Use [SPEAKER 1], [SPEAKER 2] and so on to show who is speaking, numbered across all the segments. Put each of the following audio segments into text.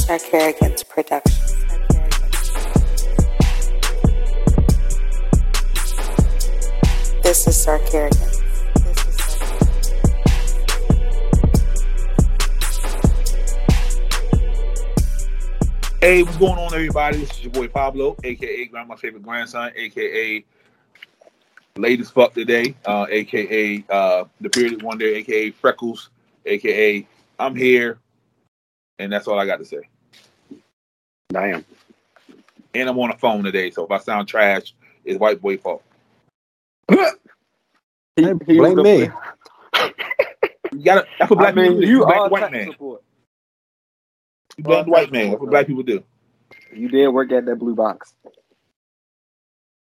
[SPEAKER 1] Zach Harrigan's production. This is Zach Harrigan.
[SPEAKER 2] Hey, what's going on, everybody? This is your boy Pablo, aka Grandma's favorite grandson, aka late as fuck today, uh, aka uh, the bearded wonder, aka Freckles, aka I'm here, and that's all I got to say.
[SPEAKER 3] Damn.
[SPEAKER 2] And I'm on the phone today, so if I sound trash, it's white boy fault.
[SPEAKER 3] He, he was
[SPEAKER 4] Blame
[SPEAKER 3] the-
[SPEAKER 4] me.
[SPEAKER 2] You gotta, that's what
[SPEAKER 3] I
[SPEAKER 2] black
[SPEAKER 3] mean,
[SPEAKER 2] people do.
[SPEAKER 3] you
[SPEAKER 2] black
[SPEAKER 3] are
[SPEAKER 2] and white
[SPEAKER 3] tech
[SPEAKER 2] man.
[SPEAKER 3] support.
[SPEAKER 2] You black and white man. That's what black people do.
[SPEAKER 3] You did work at that blue box.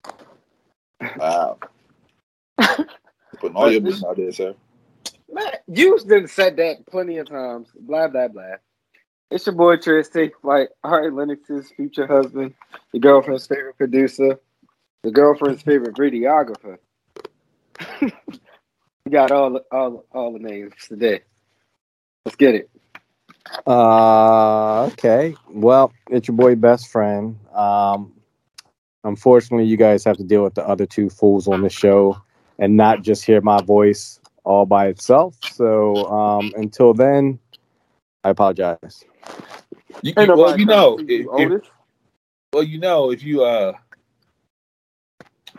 [SPEAKER 2] Wow. Putting all your business out there, sir.
[SPEAKER 3] Man, you done said that plenty of times. Blah blah blah. It's your boy Tris Take Flight, Ari Lennox's future husband, the girlfriend's favorite producer, the girlfriend's favorite videographer. we got all all all the names today. Let's get it.
[SPEAKER 4] Uh, okay. Well, it's your boy best friend. Um, unfortunately, you guys have to deal with the other two fools on the show and not just hear my voice all by itself. So um, until then, I apologize.
[SPEAKER 2] You,
[SPEAKER 3] Ain't
[SPEAKER 2] you- well,
[SPEAKER 3] nobody
[SPEAKER 2] you
[SPEAKER 3] trying
[SPEAKER 2] know,
[SPEAKER 3] to
[SPEAKER 2] if,
[SPEAKER 3] see you,
[SPEAKER 2] if-
[SPEAKER 3] Otis.
[SPEAKER 2] well, you know, if you uh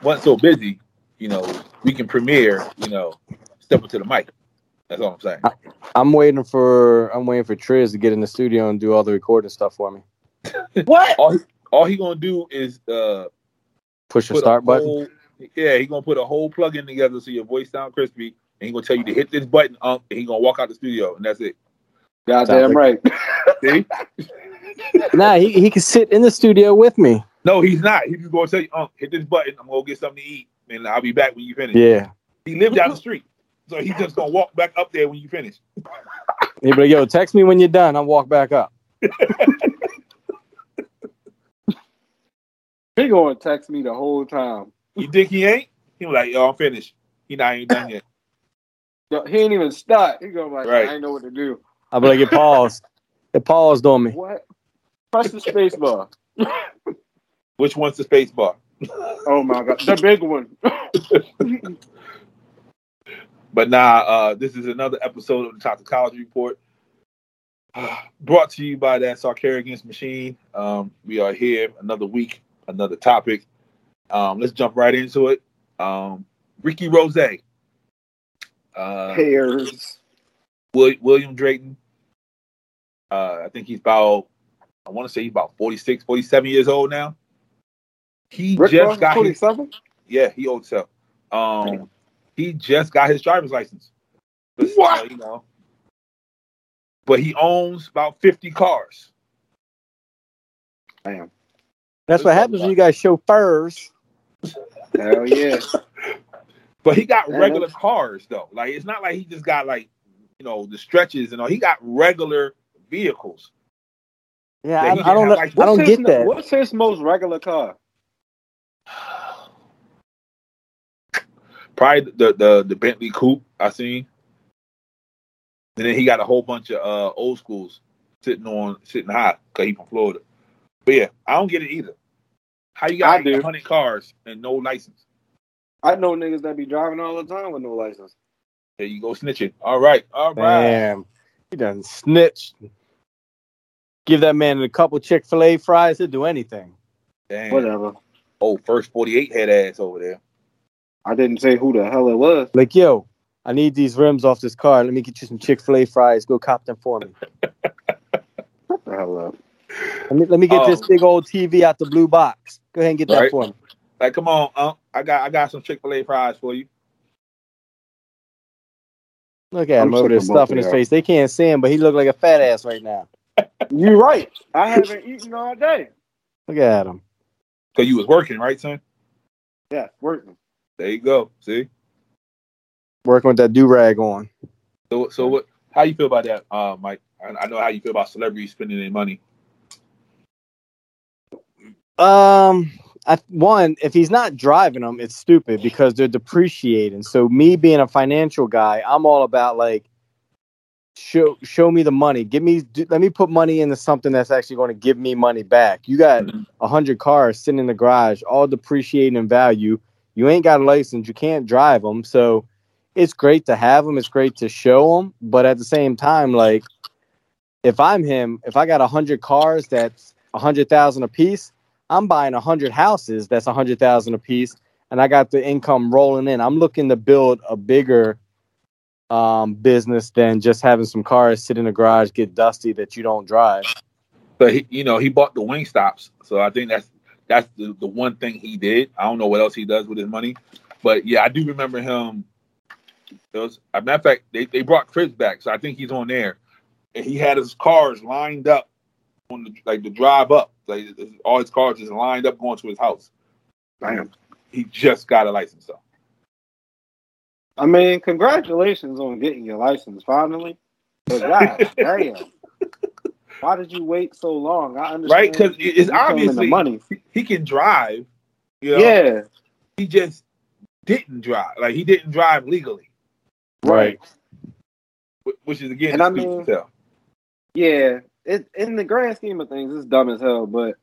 [SPEAKER 2] weren't so busy, you know, we can premiere, you know, step into the mic. That's all I'm saying.
[SPEAKER 4] I'm waiting for I'm waiting for Triz to get in the studio and do all the recording stuff for me.
[SPEAKER 3] What?
[SPEAKER 2] All he, all he gonna do is uh
[SPEAKER 4] Push the
[SPEAKER 2] put a
[SPEAKER 4] start button.
[SPEAKER 2] whole- yeah, he gonna put a whole plug-in together so your voice sound crispy, and he gonna tell you to hit this button, um, and he gonna walk out the studio, and that's it.
[SPEAKER 3] Goddamn
[SPEAKER 4] Sounds
[SPEAKER 3] right.
[SPEAKER 2] See?
[SPEAKER 4] Nah, he, he can sit in the studio with me.
[SPEAKER 2] No, he's not. He's just gonna tell you, um, hit this button. I'm gonna go get something to eat, and I'll be back when you finish.
[SPEAKER 4] Yeah.
[SPEAKER 2] He lived down the street, so he's just gonna walk back up there when you finish.
[SPEAKER 4] He'd be like, yo, text me when you're done. I'll walk back up.
[SPEAKER 3] He gonna text me the whole time.
[SPEAKER 2] You think he ain't? He was like, yo, I'm finished. He not even done yet.
[SPEAKER 3] Yo, He ain't even start. He gonna be like,
[SPEAKER 2] Right.
[SPEAKER 3] I ain't know what to do.
[SPEAKER 4] I'll be like, it paused. It paused on me.
[SPEAKER 3] What? Press the space bar.
[SPEAKER 2] Which one's the space bar?
[SPEAKER 3] Oh my god, the big one.
[SPEAKER 2] But nah, uh, this is another episode of the Toxicology Report. Brought to you by that Sarcarigans machine. Um, we are here another week, another topic. Um, let's jump right into it. Um, Ricky Rose, uh,
[SPEAKER 3] Pairs.
[SPEAKER 2] Wil- William Drayton. Uh, I think he's about, I want to say he's about 46, 47 years old now. He
[SPEAKER 3] Rick
[SPEAKER 2] just
[SPEAKER 3] Ross
[SPEAKER 2] got his
[SPEAKER 3] 27?
[SPEAKER 2] Yeah, he owed himself. Um, he just got his driver's license. But,
[SPEAKER 3] What?
[SPEAKER 2] you know, but he owns about fifty cars.
[SPEAKER 3] Damn.
[SPEAKER 4] That's what happens when you guys chauffeurs.
[SPEAKER 3] Hell yeah.
[SPEAKER 2] But he got
[SPEAKER 3] Damn.
[SPEAKER 2] regular cars though. Like it's not like he just got like you know the stretches and all. He got regular vehicles.
[SPEAKER 4] Yeah,
[SPEAKER 2] Yeah,
[SPEAKER 4] I,
[SPEAKER 2] he
[SPEAKER 4] I don't.
[SPEAKER 2] didn't
[SPEAKER 4] know,
[SPEAKER 2] have, like,
[SPEAKER 4] I don't
[SPEAKER 3] What's his
[SPEAKER 4] get
[SPEAKER 3] mo-
[SPEAKER 4] that.
[SPEAKER 3] What's his most regular car?
[SPEAKER 2] Probably the the the Bentley coupe I seen. And then he got a whole bunch of uh, old schools sitting on sitting high because he from Florida. But yeah, I don't get it either. How you
[SPEAKER 3] I
[SPEAKER 2] got
[SPEAKER 3] do.
[SPEAKER 2] like hundred cars and no license?
[SPEAKER 3] I know niggas that be driving all the time with no license.
[SPEAKER 2] There you go, snitching. All right, all right.
[SPEAKER 4] Damn, he done snitch. Give that man a couple Chick Fil A fries. He'll do anything.
[SPEAKER 2] Damn.
[SPEAKER 3] Whatever.
[SPEAKER 2] Oh, first forty-eight head ass over there.
[SPEAKER 3] I didn't say who the hell it was.
[SPEAKER 4] Like, yo, I need these rims off this car. Let me get you some Chick Fil A fries. Go cop them for me.
[SPEAKER 3] Shut the hell up.
[SPEAKER 4] Let me, let me get this
[SPEAKER 2] Oh.
[SPEAKER 4] big old TV out the blue box. Go ahead and get
[SPEAKER 2] Right.
[SPEAKER 4] that for me.
[SPEAKER 2] Like, come on, Unc. I got I got some Chick Fil A fries for you.
[SPEAKER 4] Look at
[SPEAKER 3] I'm
[SPEAKER 4] him over
[SPEAKER 3] sick
[SPEAKER 4] there
[SPEAKER 3] of both
[SPEAKER 4] stuffing
[SPEAKER 3] of
[SPEAKER 4] his
[SPEAKER 3] y'all.
[SPEAKER 4] face. They can't see him, but he look like a fat ass right now.
[SPEAKER 3] You right. I haven't eaten all day.
[SPEAKER 4] Look at him.
[SPEAKER 2] Cause you was working, right, son?
[SPEAKER 3] Yeah, working.
[SPEAKER 2] There you go. See.
[SPEAKER 4] Working with that do rag on.
[SPEAKER 2] So so what? How you feel about that, uh, Mike? I, I know how you feel about celebrities spending their money.
[SPEAKER 4] Um, I, one, if he's not driving them, it's stupid because they're depreciating. So me being a financial guy, I'm all about like show show me the money. Give me d- let me put money into something that's actually going to give me money back. You got a hundred cars sitting in the garage, all depreciating in value. You ain't got a license. You can't drive them. So it's great to have them. It's great to show them. But at the same time, like if I'm him, if I got a hundred cars that's a hundred thousand a piece, I'm buying a hundred houses that's a hundred thousand a piece, and I got the income rolling in. I'm looking to build a bigger um, business than just having some cars sit in the garage get dusty that you don't drive.
[SPEAKER 2] But he, you know, he bought the wing stops, so I think that's that's the, the one thing he did. I don't know what else he does with his money, but yeah, I do remember him. There was, as a matter of fact, they, they brought Chris back, so I think he's on there, and he had his cars lined up on the like the drive up, like all his cars just lined up going to his house. Damn, he just got a license though.
[SPEAKER 3] I mean, congratulations on getting your license finally. But God damn. Why did you wait so long? I understand.
[SPEAKER 2] Right? 'Cause it-
[SPEAKER 3] you-
[SPEAKER 2] it's
[SPEAKER 3] you claiming
[SPEAKER 2] obviously-
[SPEAKER 3] the money.
[SPEAKER 2] He can drive, you know,
[SPEAKER 3] Yeah.
[SPEAKER 2] He just didn't drive, like he didn't drive legally,
[SPEAKER 4] Right.
[SPEAKER 2] wh- which is again,
[SPEAKER 3] And I
[SPEAKER 2] it's to
[SPEAKER 3] mean-
[SPEAKER 2] tell.
[SPEAKER 3] Yeah. It, in the grand scheme of things, it's dumb as hell, but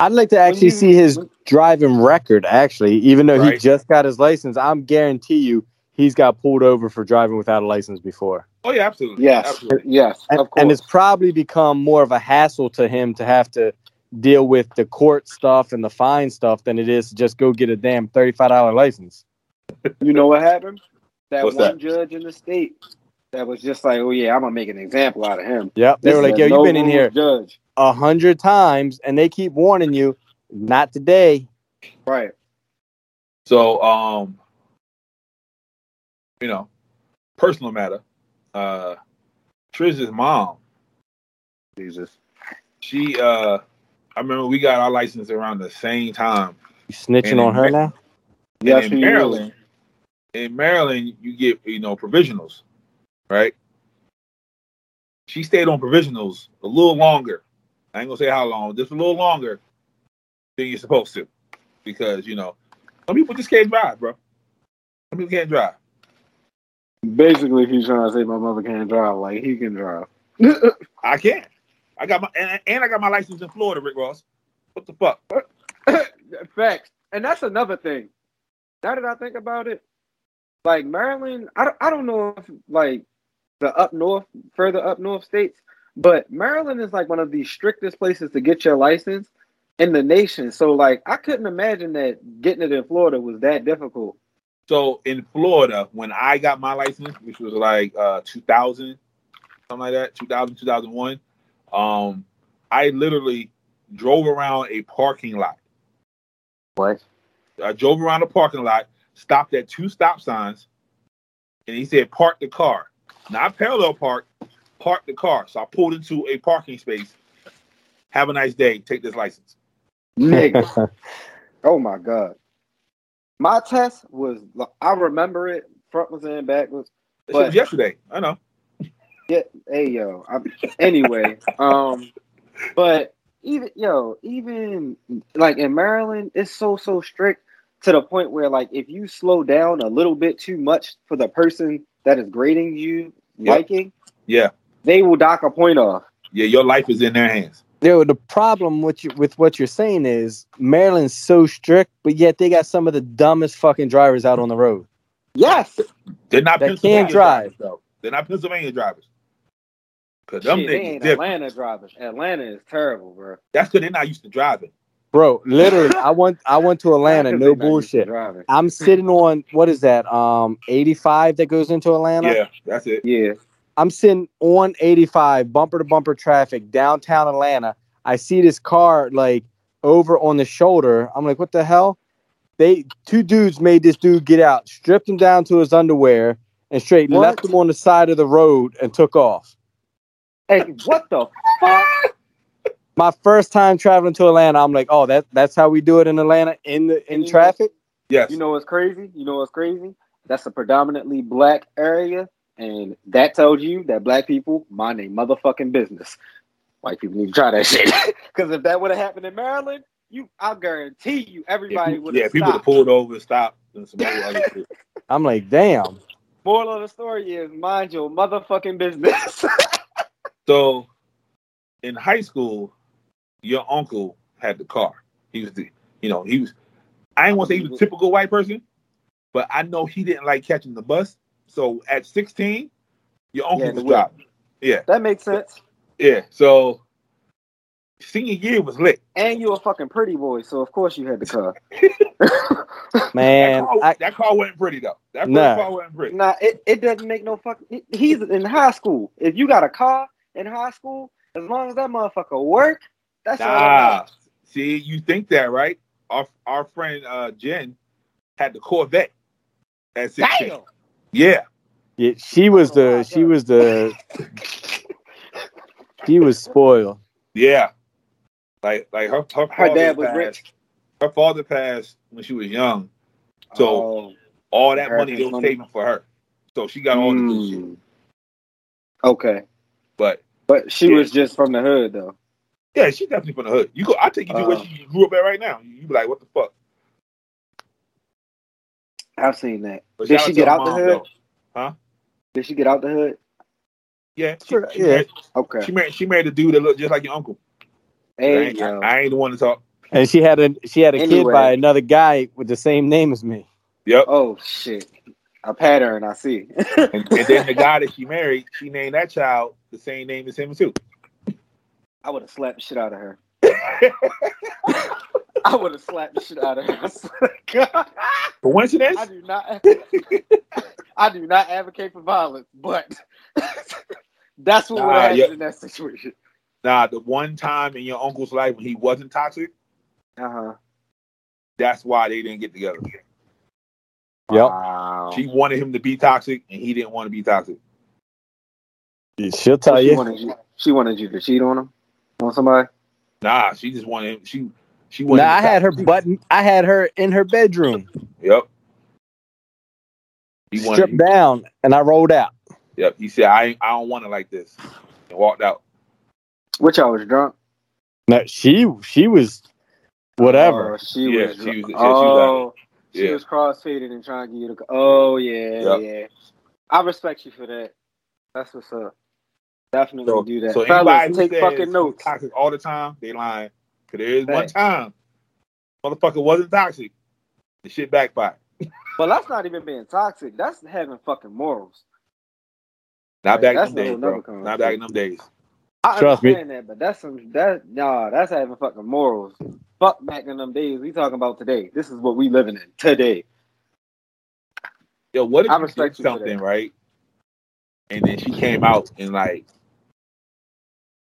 [SPEAKER 4] I'd like to actually
[SPEAKER 3] you-
[SPEAKER 4] see his driving record. Actually, even though he
[SPEAKER 2] Right.
[SPEAKER 4] just got his license, I'm guarantee you he's got pulled over for driving without a license before.
[SPEAKER 2] Oh yeah, absolutely.
[SPEAKER 3] yes.
[SPEAKER 2] absolutely.
[SPEAKER 3] Yes.
[SPEAKER 4] and,
[SPEAKER 3] of course.
[SPEAKER 4] and it's probably become more of a hassle to him to have to deal with the court stuff and the fine stuff than it is to just go get a damn $35 license.
[SPEAKER 3] You know what happened? That
[SPEAKER 2] What's
[SPEAKER 3] one judge in the state that was just like, "Oh yeah, I'm gonna make an example out of him."
[SPEAKER 4] Yep. They
[SPEAKER 3] This
[SPEAKER 4] were like,
[SPEAKER 3] is
[SPEAKER 4] yo,
[SPEAKER 3] a
[SPEAKER 4] you've been in
[SPEAKER 3] no-rules
[SPEAKER 4] here
[SPEAKER 3] judge,
[SPEAKER 4] a hundred times and they keep warning you, not today.
[SPEAKER 3] right?
[SPEAKER 2] So, um, you know, personal matter. Uh, Triz's mom,
[SPEAKER 3] Jesus,
[SPEAKER 2] she, uh, I remember we got our license around the same time.
[SPEAKER 4] You snitching
[SPEAKER 2] And
[SPEAKER 4] on her
[SPEAKER 2] in-
[SPEAKER 4] now?
[SPEAKER 2] And
[SPEAKER 3] Yes,
[SPEAKER 2] in
[SPEAKER 3] he
[SPEAKER 2] Maryland, in Maryland, you get you know provisionals, right? She stayed on provisionals a little longer. I ain't gonna say how long, just a little longer than you're supposed to, because you know some people just can't drive, bro. Some people can't drive.
[SPEAKER 3] basically, he's trying to say my mother can't drive, like he can drive.
[SPEAKER 2] I can't. I got my and, and I got my license in Florida, Rick Ross. What the fuck?
[SPEAKER 3] Facts, and that's another thing. Now that I think about it, like Maryland, I don't, I don't know if like the up north, further up north states, but Maryland is like one of the strictest places to get your license in the nation. So like, I couldn't imagine that getting it in Florida was that difficult.
[SPEAKER 2] So in Florida, when I got my license, which was like uh 2000, something like that, 2000, 2001, um, I literally drove around a parking lot.
[SPEAKER 3] What?
[SPEAKER 2] I drove around a parking lot, stopped at two stop signs, and he said, park the car. Now I parallel park, park the car. So I pulled into a parking space. Have a nice day. Take this license.
[SPEAKER 3] Nigga. Oh my god. My test was I remember it frontwards and backwards.
[SPEAKER 2] That shit
[SPEAKER 3] But-
[SPEAKER 2] was yesterday. I know.
[SPEAKER 3] Hey yo. I'm, anyway, um but even yo, even like in Maryland, it's so so strict to the point where like if you slow down a little bit too much for the person that is grading you
[SPEAKER 2] Yeah.
[SPEAKER 3] liking,
[SPEAKER 2] Yeah.
[SPEAKER 3] they will dock a point off.
[SPEAKER 2] Yeah, your life is in their hands.
[SPEAKER 4] Yo, the problem with you with what you're saying is Maryland's so strict, but yet they got some of the dumbest fucking drivers out on the road.
[SPEAKER 3] Yes.
[SPEAKER 2] They're not
[SPEAKER 4] They
[SPEAKER 2] Pennsylvania
[SPEAKER 4] can't drive.
[SPEAKER 2] drivers, though. They're not Pennsylvania drivers. Cause
[SPEAKER 3] Shit,
[SPEAKER 2] them
[SPEAKER 3] they
[SPEAKER 2] niggas
[SPEAKER 3] ain't
[SPEAKER 2] different.
[SPEAKER 3] Atlanta drivers. Atlanta is terrible, bro.
[SPEAKER 2] That's because they're not used to driving.
[SPEAKER 4] Bro, literally, I went I went to Atlanta,
[SPEAKER 3] Because they
[SPEAKER 4] no
[SPEAKER 3] not used to
[SPEAKER 4] bullshit.
[SPEAKER 3] driving.
[SPEAKER 4] I'm sitting on what is that? Um, 85 that goes into Atlanta.
[SPEAKER 2] Yeah, that's it.
[SPEAKER 3] Yeah.
[SPEAKER 4] I'm sitting on 85, bumper to bumper traffic, downtown Atlanta. I see this car like over on the shoulder. I'm like, what the hell? They two dudes made this dude get out, stripped him down to his underwear, and straight
[SPEAKER 3] What?
[SPEAKER 4] left him on the side of the road and took off.
[SPEAKER 3] Hey, what the fuck?
[SPEAKER 4] My first time traveling to Atlanta, I'm like, oh, that that's how we do it in Atlanta in the in traffic.
[SPEAKER 2] Yes.
[SPEAKER 3] You know what's crazy? You know what's crazy? That's a predominantly black area, and that tells you that black people mind their motherfucking business. White people need to try that shit. Because if that would have happened in Maryland, you, I guarantee you,
[SPEAKER 2] yeah,
[SPEAKER 3] everybody
[SPEAKER 2] people-
[SPEAKER 3] would
[SPEAKER 2] yeah
[SPEAKER 3] have
[SPEAKER 2] people
[SPEAKER 3] stopped.
[SPEAKER 2] pulled over, stopped, and some other other shit.
[SPEAKER 4] I'm like, damn.
[SPEAKER 3] Moral of the story is mind your motherfucking business.
[SPEAKER 2] So, in high school, your uncle had the car. He was the, you know, he was. I didn't want to say he was a typical white person, but I know he didn't like catching the bus. So at sixteen, your uncle
[SPEAKER 3] Yeah,
[SPEAKER 2] was
[SPEAKER 3] the whip.
[SPEAKER 2] driving. Yeah,
[SPEAKER 3] that makes sense.
[SPEAKER 2] yeah. So senior year was lit.
[SPEAKER 3] And you a fucking pretty boy, so of course you had the car.
[SPEAKER 2] That
[SPEAKER 4] Man,
[SPEAKER 2] car,
[SPEAKER 4] I,
[SPEAKER 2] that car wasn't pretty though. That first
[SPEAKER 4] Nah.
[SPEAKER 2] car wasn't pretty.
[SPEAKER 3] Nah, it, it doesn't make no fuck. he- He's in high school. If you got a car in high school, as long as that motherfucker work, that's all. that
[SPEAKER 2] Nah.
[SPEAKER 3] matters.
[SPEAKER 2] See, you think that right? Our our friend uh, Jen had the Corvette at sixteen.
[SPEAKER 3] Damn.
[SPEAKER 2] Yeah,
[SPEAKER 4] yeah, she was the she was the she was spoiled.
[SPEAKER 2] yeah. Like like her her,
[SPEAKER 3] Her
[SPEAKER 2] father
[SPEAKER 3] dad was
[SPEAKER 2] passed-
[SPEAKER 3] rich.
[SPEAKER 2] Her father passed when she was young, so
[SPEAKER 3] Oh,
[SPEAKER 2] all that
[SPEAKER 3] her
[SPEAKER 2] money they
[SPEAKER 3] his
[SPEAKER 2] were
[SPEAKER 3] money.
[SPEAKER 2] saving for her. So she got all the good shit.
[SPEAKER 3] mm. Okay,
[SPEAKER 2] But
[SPEAKER 3] but she
[SPEAKER 2] Yeah.
[SPEAKER 3] was just from the hood though.
[SPEAKER 2] yeah, she's definitely from the hood. You go, I take you to where
[SPEAKER 3] Uh.
[SPEAKER 2] she grew up at right now. You be like, what the fuck?
[SPEAKER 3] I've seen that.
[SPEAKER 2] But
[SPEAKER 3] Did
[SPEAKER 2] shout
[SPEAKER 3] she
[SPEAKER 2] to
[SPEAKER 3] get
[SPEAKER 2] her
[SPEAKER 3] out the
[SPEAKER 2] mom,
[SPEAKER 3] hood?
[SPEAKER 2] though.
[SPEAKER 3] Did she get out the hood?
[SPEAKER 2] Yeah, she,
[SPEAKER 4] Sure,
[SPEAKER 2] she
[SPEAKER 4] yeah.
[SPEAKER 2] Married,
[SPEAKER 3] Okay.
[SPEAKER 2] she married. She married a dude that looked just like your uncle. I,
[SPEAKER 3] Hey,
[SPEAKER 2] ain't,
[SPEAKER 3] yo.
[SPEAKER 2] I ain't the one to talk.
[SPEAKER 4] And she had a she had a kid
[SPEAKER 3] Anyway.
[SPEAKER 4] by another guy with the same name as me.
[SPEAKER 2] Yep.
[SPEAKER 3] Oh shit. A pattern I see.
[SPEAKER 2] And, and then the guy that she married, she named that child the same name as him too.
[SPEAKER 3] I would have slapped the shit out of her. I would have slapped the shit out of her. I swear to God.
[SPEAKER 2] Coincidence?
[SPEAKER 3] I do not. I do not advocate for violence, but that's what
[SPEAKER 2] Nah,
[SPEAKER 3] would happen
[SPEAKER 2] yeah.
[SPEAKER 3] in that situation.
[SPEAKER 2] Nah, the one time in your uncle's life when he wasn't toxic,
[SPEAKER 3] Uh huh.
[SPEAKER 2] that's why they didn't get together.
[SPEAKER 4] Yep.
[SPEAKER 3] Wow.
[SPEAKER 2] She wanted him to be toxic, and he didn't want to be toxic.
[SPEAKER 4] She'll
[SPEAKER 3] So
[SPEAKER 4] tell
[SPEAKER 3] she
[SPEAKER 4] you.
[SPEAKER 3] wanted you. She wanted you to cheat on him, on somebody.
[SPEAKER 2] Nah, she just wanted him. She she wanted.
[SPEAKER 4] Nah,
[SPEAKER 2] him
[SPEAKER 4] I had her
[SPEAKER 2] toxic.
[SPEAKER 4] button. I had her in her bedroom,
[SPEAKER 2] Yep. He wanted.
[SPEAKER 4] stripped down, and I rolled out.
[SPEAKER 2] Yep. He said, "I ain't- I don't want it like this," and walked out.
[SPEAKER 3] Which I was drunk.
[SPEAKER 4] No, she she was whatever.
[SPEAKER 3] Oh, she
[SPEAKER 2] Yeah,
[SPEAKER 3] was.
[SPEAKER 2] she was-
[SPEAKER 3] drunk.
[SPEAKER 2] yeah, she was
[SPEAKER 3] oh, she was,
[SPEAKER 2] Yeah.
[SPEAKER 3] crossfaded and trying to get you to. Oh yeah,
[SPEAKER 2] Yep.
[SPEAKER 3] yeah. I respect you for that. That's what's up. Definitely
[SPEAKER 2] So,
[SPEAKER 3] do that.
[SPEAKER 2] so anybody
[SPEAKER 3] Fellas,
[SPEAKER 2] who
[SPEAKER 3] take
[SPEAKER 2] says
[SPEAKER 3] fucking
[SPEAKER 2] he's
[SPEAKER 3] notes.
[SPEAKER 2] toxic all the time, they lying. Cause there is one
[SPEAKER 3] Thanks.
[SPEAKER 2] time, motherfucker wasn't toxic. The shit backfired.
[SPEAKER 3] Well, that's not even being toxic. That's having fucking morals.
[SPEAKER 2] Not
[SPEAKER 3] Like,
[SPEAKER 2] back in
[SPEAKER 3] that's
[SPEAKER 2] them days,
[SPEAKER 3] a whole
[SPEAKER 2] bro.
[SPEAKER 3] nother
[SPEAKER 2] Not back in them days.
[SPEAKER 3] I
[SPEAKER 4] Trust me.
[SPEAKER 3] understand that, but that's some that nah, that's having fucking morals. Fuck back in them days. We talking about today. This is what we living in today.
[SPEAKER 2] Yo, what if
[SPEAKER 3] I
[SPEAKER 2] you did
[SPEAKER 3] respect you for
[SPEAKER 2] something
[SPEAKER 3] that.
[SPEAKER 2] right? And then she came out and like,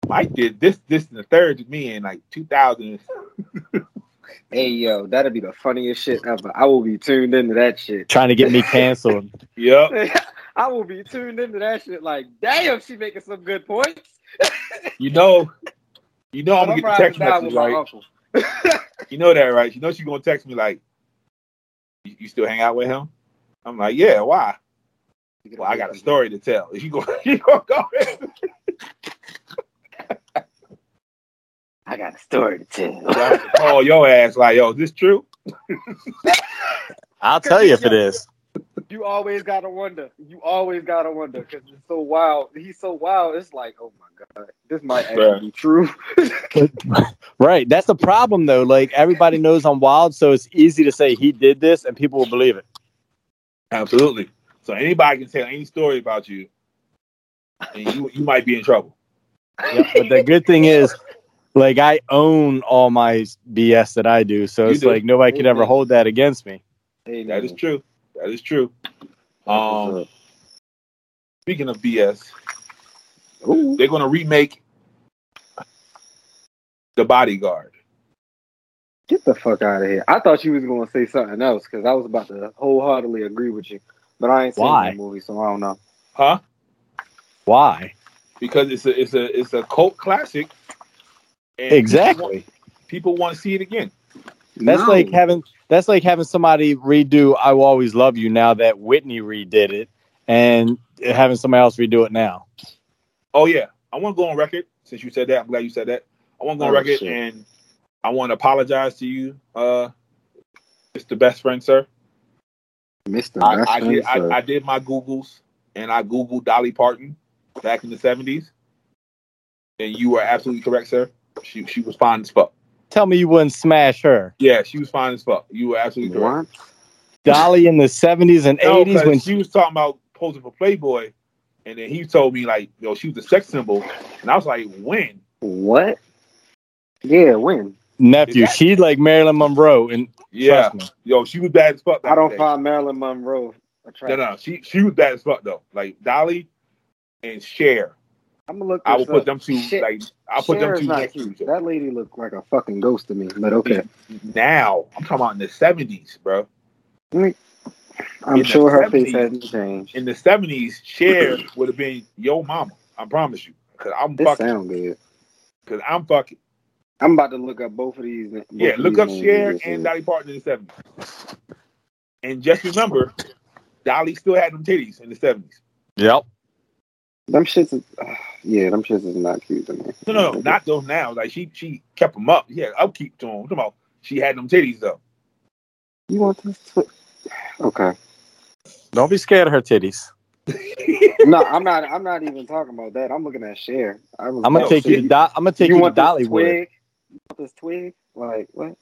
[SPEAKER 2] Mike did this, this, and the third to me in like 2000.
[SPEAKER 3] Hey yo, that'd be the funniest shit ever. I will be tuned into that shit.
[SPEAKER 4] Trying to get me canceled.
[SPEAKER 2] Yep.
[SPEAKER 3] I will be tuned into that shit. Like, damn, she making some good points.
[SPEAKER 2] You know, you know I'm gonna get
[SPEAKER 3] But
[SPEAKER 2] the
[SPEAKER 3] riding
[SPEAKER 2] text
[SPEAKER 3] down
[SPEAKER 2] message,
[SPEAKER 3] with my
[SPEAKER 2] right?
[SPEAKER 3] uncle.
[SPEAKER 2] You know that, right? You know she's gonna text me like, "You you still hang out with him?" I'm like, "Yeah, why?" Well, I got a story to tell. You gonna, you gonna go? in.
[SPEAKER 3] I got a story to tell.
[SPEAKER 2] So I have to call your ass like, "Yo, is this true?"
[SPEAKER 4] I'll tell you if it is.
[SPEAKER 3] You always gotta wonder. You always gotta wonder because it's so wild. He's so wild. It's like, oh my god, this might actually
[SPEAKER 2] Bruh.
[SPEAKER 3] be true.
[SPEAKER 4] Right. That's the problem though. Like everybody knows I'm wild, so it's easy to say he did this and people will believe it.
[SPEAKER 2] Absolutely. So anybody can tell any story about you, and you you might be in trouble.
[SPEAKER 4] Yep. But the good thing is like I own all my BS that I do, so
[SPEAKER 2] You
[SPEAKER 4] it's
[SPEAKER 2] do.
[SPEAKER 4] like nobody could ever hold that against me.
[SPEAKER 3] Hey,
[SPEAKER 2] That is
[SPEAKER 3] man.
[SPEAKER 2] true. That is true. Um, speaking of BS,
[SPEAKER 3] Ooh.
[SPEAKER 2] they're gonna remake the Bodyguard.
[SPEAKER 3] Get the fuck out of here. I thought you was gonna say something else because I was about to wholeheartedly agree with you, but I ain't seen
[SPEAKER 4] Why?
[SPEAKER 3] that movie, so I don't know.
[SPEAKER 2] Huh?
[SPEAKER 4] Why?
[SPEAKER 2] Because it's a it's a it's a cult classic. and
[SPEAKER 4] Exactly.
[SPEAKER 2] People want to see it again.
[SPEAKER 4] That's
[SPEAKER 3] No.
[SPEAKER 4] like having that's like having somebody redo I Will Always Love You now that Whitney redid it and having somebody else redo it now.
[SPEAKER 2] Oh yeah, I want to go on record since you said that. I'm glad you said that. I want to go on
[SPEAKER 3] Oh,
[SPEAKER 2] record
[SPEAKER 3] shit.
[SPEAKER 2] and I want to apologize to you, uh, Mr. Best Friend, sir.
[SPEAKER 3] Mr.
[SPEAKER 2] I,
[SPEAKER 3] Best
[SPEAKER 2] I,
[SPEAKER 3] Friend,
[SPEAKER 2] did,
[SPEAKER 3] so-
[SPEAKER 2] I, I did my Googles and I Googled Dolly Parton back in the 70s. And you were absolutely correct, sir. She she was fine as fuck.
[SPEAKER 4] Tell me you wouldn't smash her.
[SPEAKER 2] Yeah, she was fine as fuck. You were absolutely correct.
[SPEAKER 3] What?
[SPEAKER 4] Dolly in the 70s and
[SPEAKER 2] No,
[SPEAKER 4] 80s
[SPEAKER 2] 'cause
[SPEAKER 4] when
[SPEAKER 2] she was talking about posing for Playboy, and then he told me like, yo, she was a sex symbol, and I was like, when?
[SPEAKER 3] What? Yeah, when?
[SPEAKER 4] nephew,
[SPEAKER 2] Exactly.
[SPEAKER 4] she's like Marilyn Monroe and
[SPEAKER 2] Yeah,
[SPEAKER 4] trust me.
[SPEAKER 2] yo, she was bad as fuck. back
[SPEAKER 3] I don't
[SPEAKER 2] then.
[SPEAKER 3] find Marilyn Monroe
[SPEAKER 2] No,
[SPEAKER 3] attractive.
[SPEAKER 2] no, she she was bad as fuck though. Like Dolly and Cher,
[SPEAKER 3] I'm gonna look.
[SPEAKER 2] I will
[SPEAKER 3] this
[SPEAKER 2] put
[SPEAKER 3] up.
[SPEAKER 2] them two
[SPEAKER 3] Shit,
[SPEAKER 2] like I'll put
[SPEAKER 3] Cher is
[SPEAKER 2] them two
[SPEAKER 3] not
[SPEAKER 2] next to
[SPEAKER 3] cute.
[SPEAKER 2] each other.
[SPEAKER 3] That lady looked like a fucking ghost to me. But okay,
[SPEAKER 2] Now I'm talking about in the seventies, bro.
[SPEAKER 3] I'm
[SPEAKER 2] In the
[SPEAKER 3] sure her face
[SPEAKER 2] 70s.
[SPEAKER 3] hasn't changed.
[SPEAKER 2] In the seventies, Cher would have been yo mama. I promise you, because I'm
[SPEAKER 3] This
[SPEAKER 2] fucking,
[SPEAKER 3] sound good.
[SPEAKER 2] because I'm fucking.
[SPEAKER 3] I'm about to look up both of these. both
[SPEAKER 2] Yeah,
[SPEAKER 3] of
[SPEAKER 2] look
[SPEAKER 3] these
[SPEAKER 2] up
[SPEAKER 3] names
[SPEAKER 2] Cher
[SPEAKER 3] you just
[SPEAKER 2] and
[SPEAKER 3] said.
[SPEAKER 2] Dolly Parton in the seventies. And just remember, Dolly still had them titties in the seventies.
[SPEAKER 4] Yep.
[SPEAKER 3] Them shits is, yeah, them shits is not cute to me.
[SPEAKER 2] No, no, no, not those now. Like she she kept them up. Yeah, upkeep to them. Come on, she had them titties though.
[SPEAKER 3] You want this? Twi- okay.
[SPEAKER 4] Don't be scared of her titties.
[SPEAKER 3] No, I'm not. I'm not even talking about that. I'm looking at Cher. I was
[SPEAKER 4] I'm gonna
[SPEAKER 2] No,
[SPEAKER 3] like,
[SPEAKER 4] take you
[SPEAKER 2] shit.
[SPEAKER 4] to Do- I'm gonna take you,
[SPEAKER 3] want
[SPEAKER 4] to
[SPEAKER 3] this
[SPEAKER 4] Dollywood.
[SPEAKER 3] twig? You want this twig? Like what?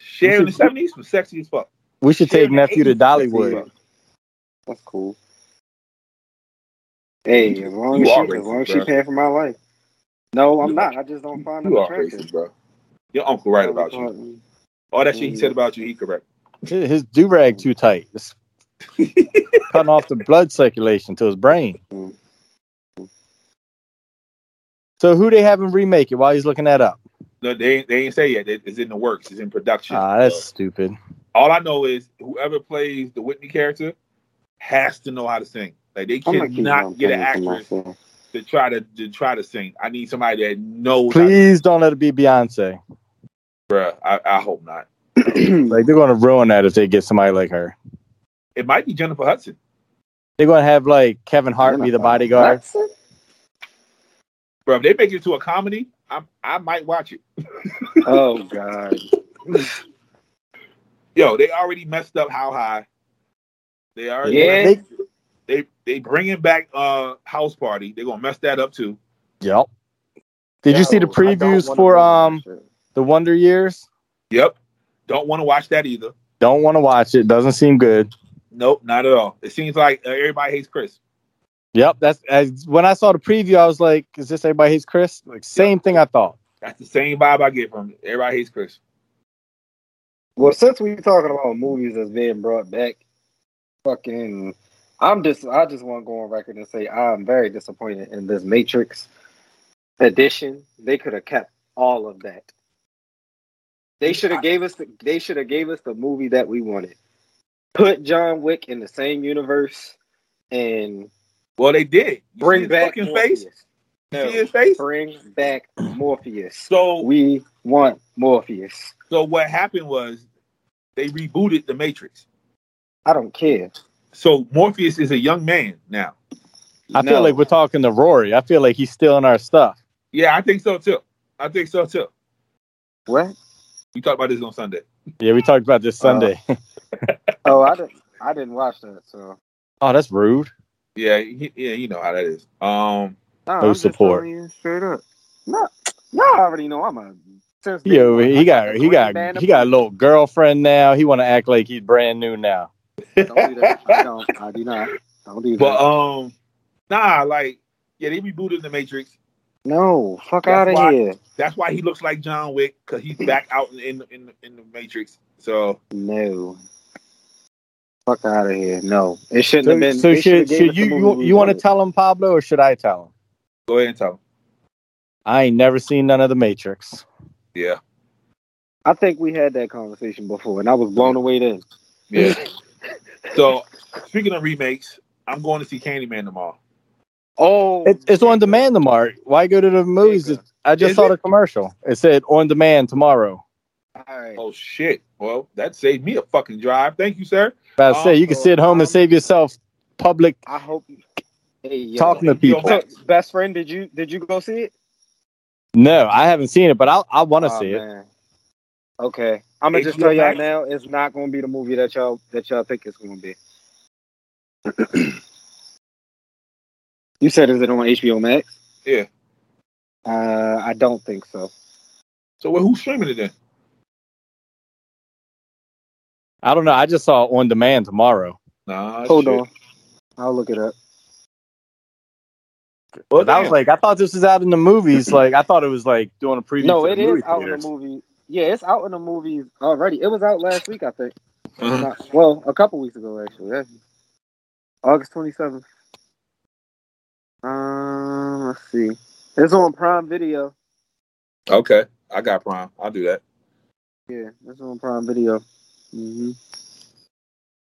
[SPEAKER 2] Cher in the seventies was sexy as fuck.
[SPEAKER 4] We should
[SPEAKER 2] Share
[SPEAKER 4] take
[SPEAKER 2] the
[SPEAKER 4] nephew to
[SPEAKER 2] 80s.
[SPEAKER 4] Dollywood.
[SPEAKER 3] That's cool. Hey, as long
[SPEAKER 2] You
[SPEAKER 3] as she,
[SPEAKER 2] are
[SPEAKER 3] as long as
[SPEAKER 2] racist,
[SPEAKER 3] she
[SPEAKER 2] bruh.
[SPEAKER 3] paying for my life. No, I'm
[SPEAKER 2] You-
[SPEAKER 3] not. I just don't find them
[SPEAKER 2] You are
[SPEAKER 3] attractive.
[SPEAKER 2] racist, bro. Your uncle right about you. All that shit he
[SPEAKER 3] Mm.
[SPEAKER 2] said about you, he correct.
[SPEAKER 4] His his do rag too tight. It's cutting off the blood circulation to his brain.
[SPEAKER 3] Mm.
[SPEAKER 4] So who they having remake it while he's looking that up?
[SPEAKER 2] No, they ain't, they ain't say yet. It- It's in the works. It's in production.
[SPEAKER 4] Ah, that's stupid.
[SPEAKER 2] All I know is whoever plays the Whitney character has to know how to sing. Like they
[SPEAKER 3] I'm gonna keep on
[SPEAKER 2] cannot get an
[SPEAKER 3] paying for
[SPEAKER 2] actress
[SPEAKER 3] myself.
[SPEAKER 2] to try to, to try to sing. I need somebody that knows. how to-
[SPEAKER 4] Please don't let it be Beyonce.
[SPEAKER 2] Bruh, I, I hope not.
[SPEAKER 4] Like they're gonna ruin that if they get somebody like her.
[SPEAKER 2] It might be Jennifer Hudson.
[SPEAKER 4] They're gonna have like Kevin Hart be the bodyguard.
[SPEAKER 3] That's it?
[SPEAKER 2] Bro, if they make it to a comedy, I I might watch it.
[SPEAKER 3] Oh God.
[SPEAKER 2] Yo, they already messed up how high. They already
[SPEAKER 3] Yeah.
[SPEAKER 4] They,
[SPEAKER 2] they they bringing back uh house party. They're gonna mess that up too.
[SPEAKER 4] yep. Did you see the
[SPEAKER 3] Yo, I don't
[SPEAKER 4] previews
[SPEAKER 3] wanna
[SPEAKER 4] for
[SPEAKER 3] watch
[SPEAKER 4] um
[SPEAKER 3] that shit.
[SPEAKER 4] the Wonder Years?
[SPEAKER 2] Yep. Don't want to watch that either.
[SPEAKER 4] Don't want to watch it. Doesn't seem good.
[SPEAKER 2] Nope, not at all. It seems like uh, everybody hates Chris.
[SPEAKER 4] Yep. That's as, when I saw the preview, I was like, "Is this everybody hates Chris?" Like same thing I thought.
[SPEAKER 2] That's the same vibe I get from it. everybody hates Chris.
[SPEAKER 3] Well, since we talking about movies that's being brought back, fucking, I'm just I just want to go on record and say I'm very disappointed in this Matrix edition. They could have kept all of that. They should have gave us the, they should have gave us the movie that we wanted. Put John Wick in the same universe and
[SPEAKER 2] Well, they did. You see
[SPEAKER 3] bring
[SPEAKER 2] his
[SPEAKER 3] back
[SPEAKER 2] fucking
[SPEAKER 3] Morpheus.
[SPEAKER 2] face. You see his face.
[SPEAKER 3] Bring back Morpheus.
[SPEAKER 2] So
[SPEAKER 3] We want Morpheus.
[SPEAKER 2] so what happened was they rebooted the Matrix.
[SPEAKER 3] I don't care.
[SPEAKER 2] So Morpheus is a young man now.
[SPEAKER 4] I feel
[SPEAKER 3] No.
[SPEAKER 4] like we're talking to Rory. I feel like he's stealing our stuff.
[SPEAKER 2] Yeah, I think so too. I think so too.
[SPEAKER 3] what?
[SPEAKER 2] We talked about this on Sunday.
[SPEAKER 4] Yeah, we talked about
[SPEAKER 3] Uh-huh.
[SPEAKER 4] this Sunday.
[SPEAKER 3] Oh, I didn't. I didn't watch that. So
[SPEAKER 4] oh, that's rude.
[SPEAKER 2] Yeah, he, yeah, you know how that is. Um,
[SPEAKER 3] no,
[SPEAKER 4] No support.
[SPEAKER 3] straight up. No, no, I already know. I'm a. Since day
[SPEAKER 4] Yo,
[SPEAKER 3] one, I
[SPEAKER 4] he got
[SPEAKER 3] got
[SPEAKER 4] he got he got a little girlfriend now. He want to act like he's brand new now.
[SPEAKER 3] Don't do that. I don't. I do not. Don't do that.
[SPEAKER 2] but um, nah, like yeah, they rebooted the Matrix.
[SPEAKER 3] no, fuck
[SPEAKER 2] That's
[SPEAKER 3] out of
[SPEAKER 2] why-
[SPEAKER 3] here.
[SPEAKER 2] That's why he looks like John Wick because he's back out in in, in in the Matrix. So
[SPEAKER 3] No. Fuck out of here. No, it shouldn't have
[SPEAKER 4] So,
[SPEAKER 3] been.
[SPEAKER 4] so
[SPEAKER 3] they should've
[SPEAKER 4] should,
[SPEAKER 3] gave us
[SPEAKER 4] should
[SPEAKER 3] the
[SPEAKER 4] you
[SPEAKER 3] movie
[SPEAKER 4] you,
[SPEAKER 3] we
[SPEAKER 4] you want to
[SPEAKER 3] wanted.
[SPEAKER 4] tell him Pablo or should I tell him?
[SPEAKER 2] go ahead and tell him.
[SPEAKER 4] I ain't never seen none of the Matrix.
[SPEAKER 2] Yeah,
[SPEAKER 3] I think we had that conversation before, and I was blown away then.
[SPEAKER 2] yeah. so speaking of remakes, I'm going to see Candyman tomorrow.
[SPEAKER 3] Oh,
[SPEAKER 4] It's, it's on demand tomorrow. Why go to the movies?
[SPEAKER 3] Jacob.
[SPEAKER 4] I just
[SPEAKER 2] Is
[SPEAKER 4] saw
[SPEAKER 2] it?
[SPEAKER 4] the commercial. It said on demand tomorrow.
[SPEAKER 3] All right.
[SPEAKER 2] Oh shit! Well, that saved me a fucking drive. Thank you, sir.
[SPEAKER 4] But I say you can
[SPEAKER 3] Also,
[SPEAKER 4] sit home
[SPEAKER 3] um,
[SPEAKER 4] and save yourself public.
[SPEAKER 3] I hope. Hey, yo.
[SPEAKER 4] Talking to people.
[SPEAKER 2] Yo,
[SPEAKER 3] So, best friend, did you did you go see it?
[SPEAKER 4] No, I haven't seen it, but I I want to
[SPEAKER 3] Aw,
[SPEAKER 4] see it.
[SPEAKER 3] man. Okay, I'm gonna
[SPEAKER 2] If
[SPEAKER 3] just
[SPEAKER 2] you
[SPEAKER 3] tell y'all
[SPEAKER 2] like-
[SPEAKER 3] now, it's not gonna be the movie that y'all that y'all think it's gonna be. you said is it on HBO Max?
[SPEAKER 2] Yeah.
[SPEAKER 3] Uh, I don't think so.
[SPEAKER 2] So well, who's streaming it then?
[SPEAKER 4] I don't know. I just saw it on demand tomorrow.
[SPEAKER 2] Nah,
[SPEAKER 3] Hold
[SPEAKER 2] shit.
[SPEAKER 3] on, I'll look it up.
[SPEAKER 2] Well,
[SPEAKER 4] But I was
[SPEAKER 2] damn.
[SPEAKER 4] like, I thought this was out in the movies. Like, I thought it was like doing a preview.
[SPEAKER 3] No,
[SPEAKER 4] for
[SPEAKER 3] it
[SPEAKER 4] the
[SPEAKER 3] is
[SPEAKER 4] movie
[SPEAKER 3] out in the
[SPEAKER 4] theaters.
[SPEAKER 3] movie. Yeah, it's out in the movies already. It was out last week, I think.
[SPEAKER 2] Uh-huh.
[SPEAKER 3] Not- well, a couple weeks ago, actually. yeah. August 27th. Um, let's see. It's on Prime Video.
[SPEAKER 2] Okay, I got Prime. I'll do that.
[SPEAKER 3] Yeah, it's on Prime Video. hmm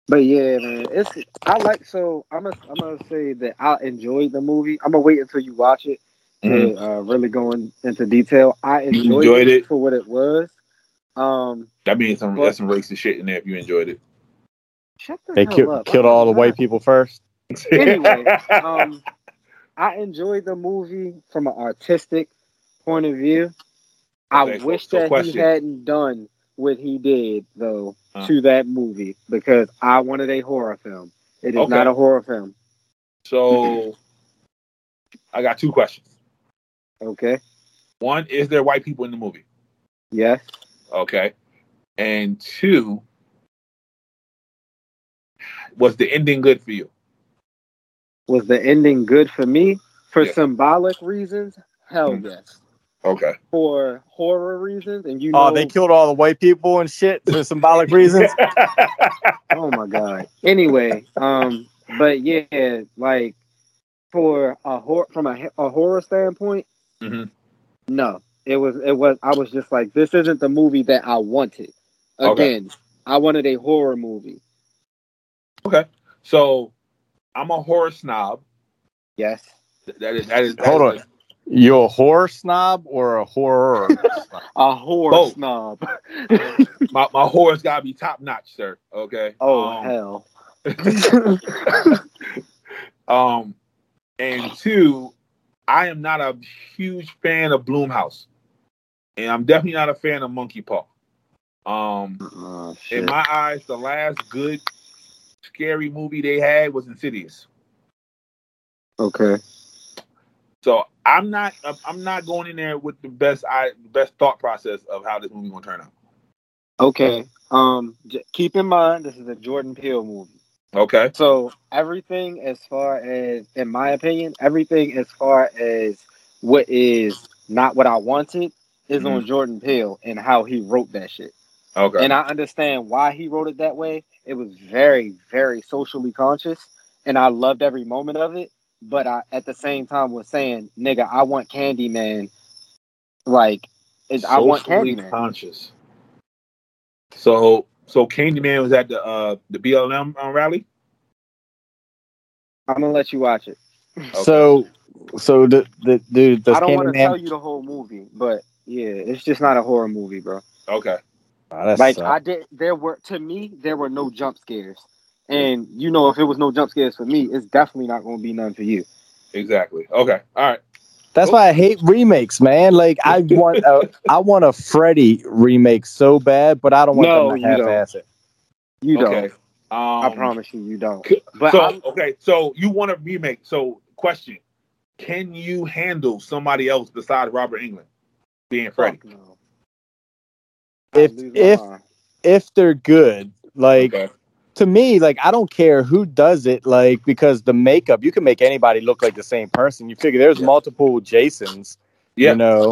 [SPEAKER 3] But yeah, man, it's I like so I'm gonna I'm gonna say that I enjoyed the movie. I'm gonna wait until you watch it
[SPEAKER 2] Mhm.
[SPEAKER 4] Mm-hmm.
[SPEAKER 3] to uh, really going into detail. I
[SPEAKER 2] You
[SPEAKER 3] enjoyed,
[SPEAKER 2] enjoyed
[SPEAKER 3] it,
[SPEAKER 2] it?
[SPEAKER 3] for what it was. Um,
[SPEAKER 2] That means some
[SPEAKER 3] Well-
[SPEAKER 2] that's some racist shit in there. If you enjoyed it,
[SPEAKER 3] shut the
[SPEAKER 4] They
[SPEAKER 3] hell
[SPEAKER 4] killed
[SPEAKER 3] up.
[SPEAKER 4] killed
[SPEAKER 3] I'm
[SPEAKER 4] all the
[SPEAKER 3] not-
[SPEAKER 4] white people first.
[SPEAKER 3] Anyway, um, I enjoyed the movie from an artistic point of view. I
[SPEAKER 2] Okay, so-
[SPEAKER 3] wish
[SPEAKER 2] so
[SPEAKER 3] that
[SPEAKER 2] question. Uh.
[SPEAKER 3] he hadn't done what he did though
[SPEAKER 2] Huh.
[SPEAKER 3] to that movie because I wanted a horror film. It is
[SPEAKER 2] Okay.
[SPEAKER 3] not a horror film.
[SPEAKER 2] so I got two questions.
[SPEAKER 3] Okay.
[SPEAKER 2] One, is there white people in the movie?
[SPEAKER 3] Yes.
[SPEAKER 2] Okay, and two, was the ending good for you?
[SPEAKER 3] Was the ending good for me? For
[SPEAKER 2] Yeah.
[SPEAKER 3] symbolic reasons, hell
[SPEAKER 2] Mm.
[SPEAKER 3] yes.
[SPEAKER 2] Okay,
[SPEAKER 3] For horror reasons, and you know,
[SPEAKER 4] Oh, they killed all the white people and shit for symbolic reasons.
[SPEAKER 3] oh my god. Anyway, um, but yeah, like for a hor- from a, a horror standpoint,
[SPEAKER 2] Mhm.
[SPEAKER 3] no, it was it was. I was just like, this isn't the movie that I wanted.
[SPEAKER 2] Okay.
[SPEAKER 3] Again, I wanted a horror movie.
[SPEAKER 2] so I'm a horror snob.
[SPEAKER 3] Yes,
[SPEAKER 2] Th- That is that is. that
[SPEAKER 4] Hold
[SPEAKER 2] is
[SPEAKER 4] on. You a horror snob or a horror? snob?
[SPEAKER 3] a horror
[SPEAKER 2] Both.
[SPEAKER 3] snob.
[SPEAKER 2] my my horror's gotta be top notch, sir. Okay.
[SPEAKER 3] oh
[SPEAKER 2] Um,
[SPEAKER 3] hell.
[SPEAKER 2] Um, and two, I am not a huge fan of Bloomhouse, and I'm definitely not a fan of Monkey Paw. Um,
[SPEAKER 3] Oh,
[SPEAKER 2] in
[SPEAKER 3] shit.
[SPEAKER 2] my eyes, the last good scary movie they had was Insidious.
[SPEAKER 3] okay.
[SPEAKER 2] So I'm not I'm- I'm not going in there with the best I best thought process of how this movie gonna turn out.
[SPEAKER 3] Okay. Um, j- keep in mind this is a Jordan Peele movie.
[SPEAKER 2] Okay.
[SPEAKER 3] So everything, as far as, in my opinion, everything as far as what is not what I wanted is on Jordan Peele and how he wrote that shit.
[SPEAKER 2] Okay.
[SPEAKER 3] And I understand why he wrote it that way. It was very, very socially conscious, and I loved every moment of it. But I, at the same time, was saying, "Nigga, I want Candyman." Like, it, I want
[SPEAKER 2] Socially
[SPEAKER 3] Candyman.
[SPEAKER 2] conscious. So so Candyman was at the uh the BLM uh, rally.
[SPEAKER 3] I'm gonna let you watch it.
[SPEAKER 4] So, so the, the dude does
[SPEAKER 3] I don't want to tell
[SPEAKER 4] Candyman.
[SPEAKER 3] you the whole movie, but yeah, it's just not a horror movie, bro.
[SPEAKER 2] Okay.
[SPEAKER 4] Oh, that
[SPEAKER 3] like
[SPEAKER 4] sucks.
[SPEAKER 3] I did there were to me there were no jump scares. And you know if it was no jump scares for me, it's definitely not going to be none for you.
[SPEAKER 2] Exactly. Okay. All right.
[SPEAKER 4] That's why I hate remakes, man. Like I want a, I want a Freddy remake so bad, but I don't want
[SPEAKER 3] No,
[SPEAKER 4] them
[SPEAKER 3] you
[SPEAKER 4] to
[SPEAKER 3] don't.
[SPEAKER 4] half-ass it.
[SPEAKER 3] You
[SPEAKER 2] okay.
[SPEAKER 3] don't.
[SPEAKER 2] Um,
[SPEAKER 3] I promise you you don't.
[SPEAKER 2] c-
[SPEAKER 3] But
[SPEAKER 2] so
[SPEAKER 3] I'm-
[SPEAKER 2] okay. So you want a remake? So question: Can you handle somebody else besides Robert England being Freddy?
[SPEAKER 3] fuck no. I'd
[SPEAKER 4] If-
[SPEAKER 3] lose my
[SPEAKER 4] if-
[SPEAKER 3] mind.
[SPEAKER 4] If they're good, like
[SPEAKER 2] okay.
[SPEAKER 4] to me, like I don't care who does it, like because the makeup, you can make anybody look like the same person. You figure there's
[SPEAKER 2] Yeah.
[SPEAKER 4] multiple Jasons,
[SPEAKER 2] Yeah.
[SPEAKER 4] you know.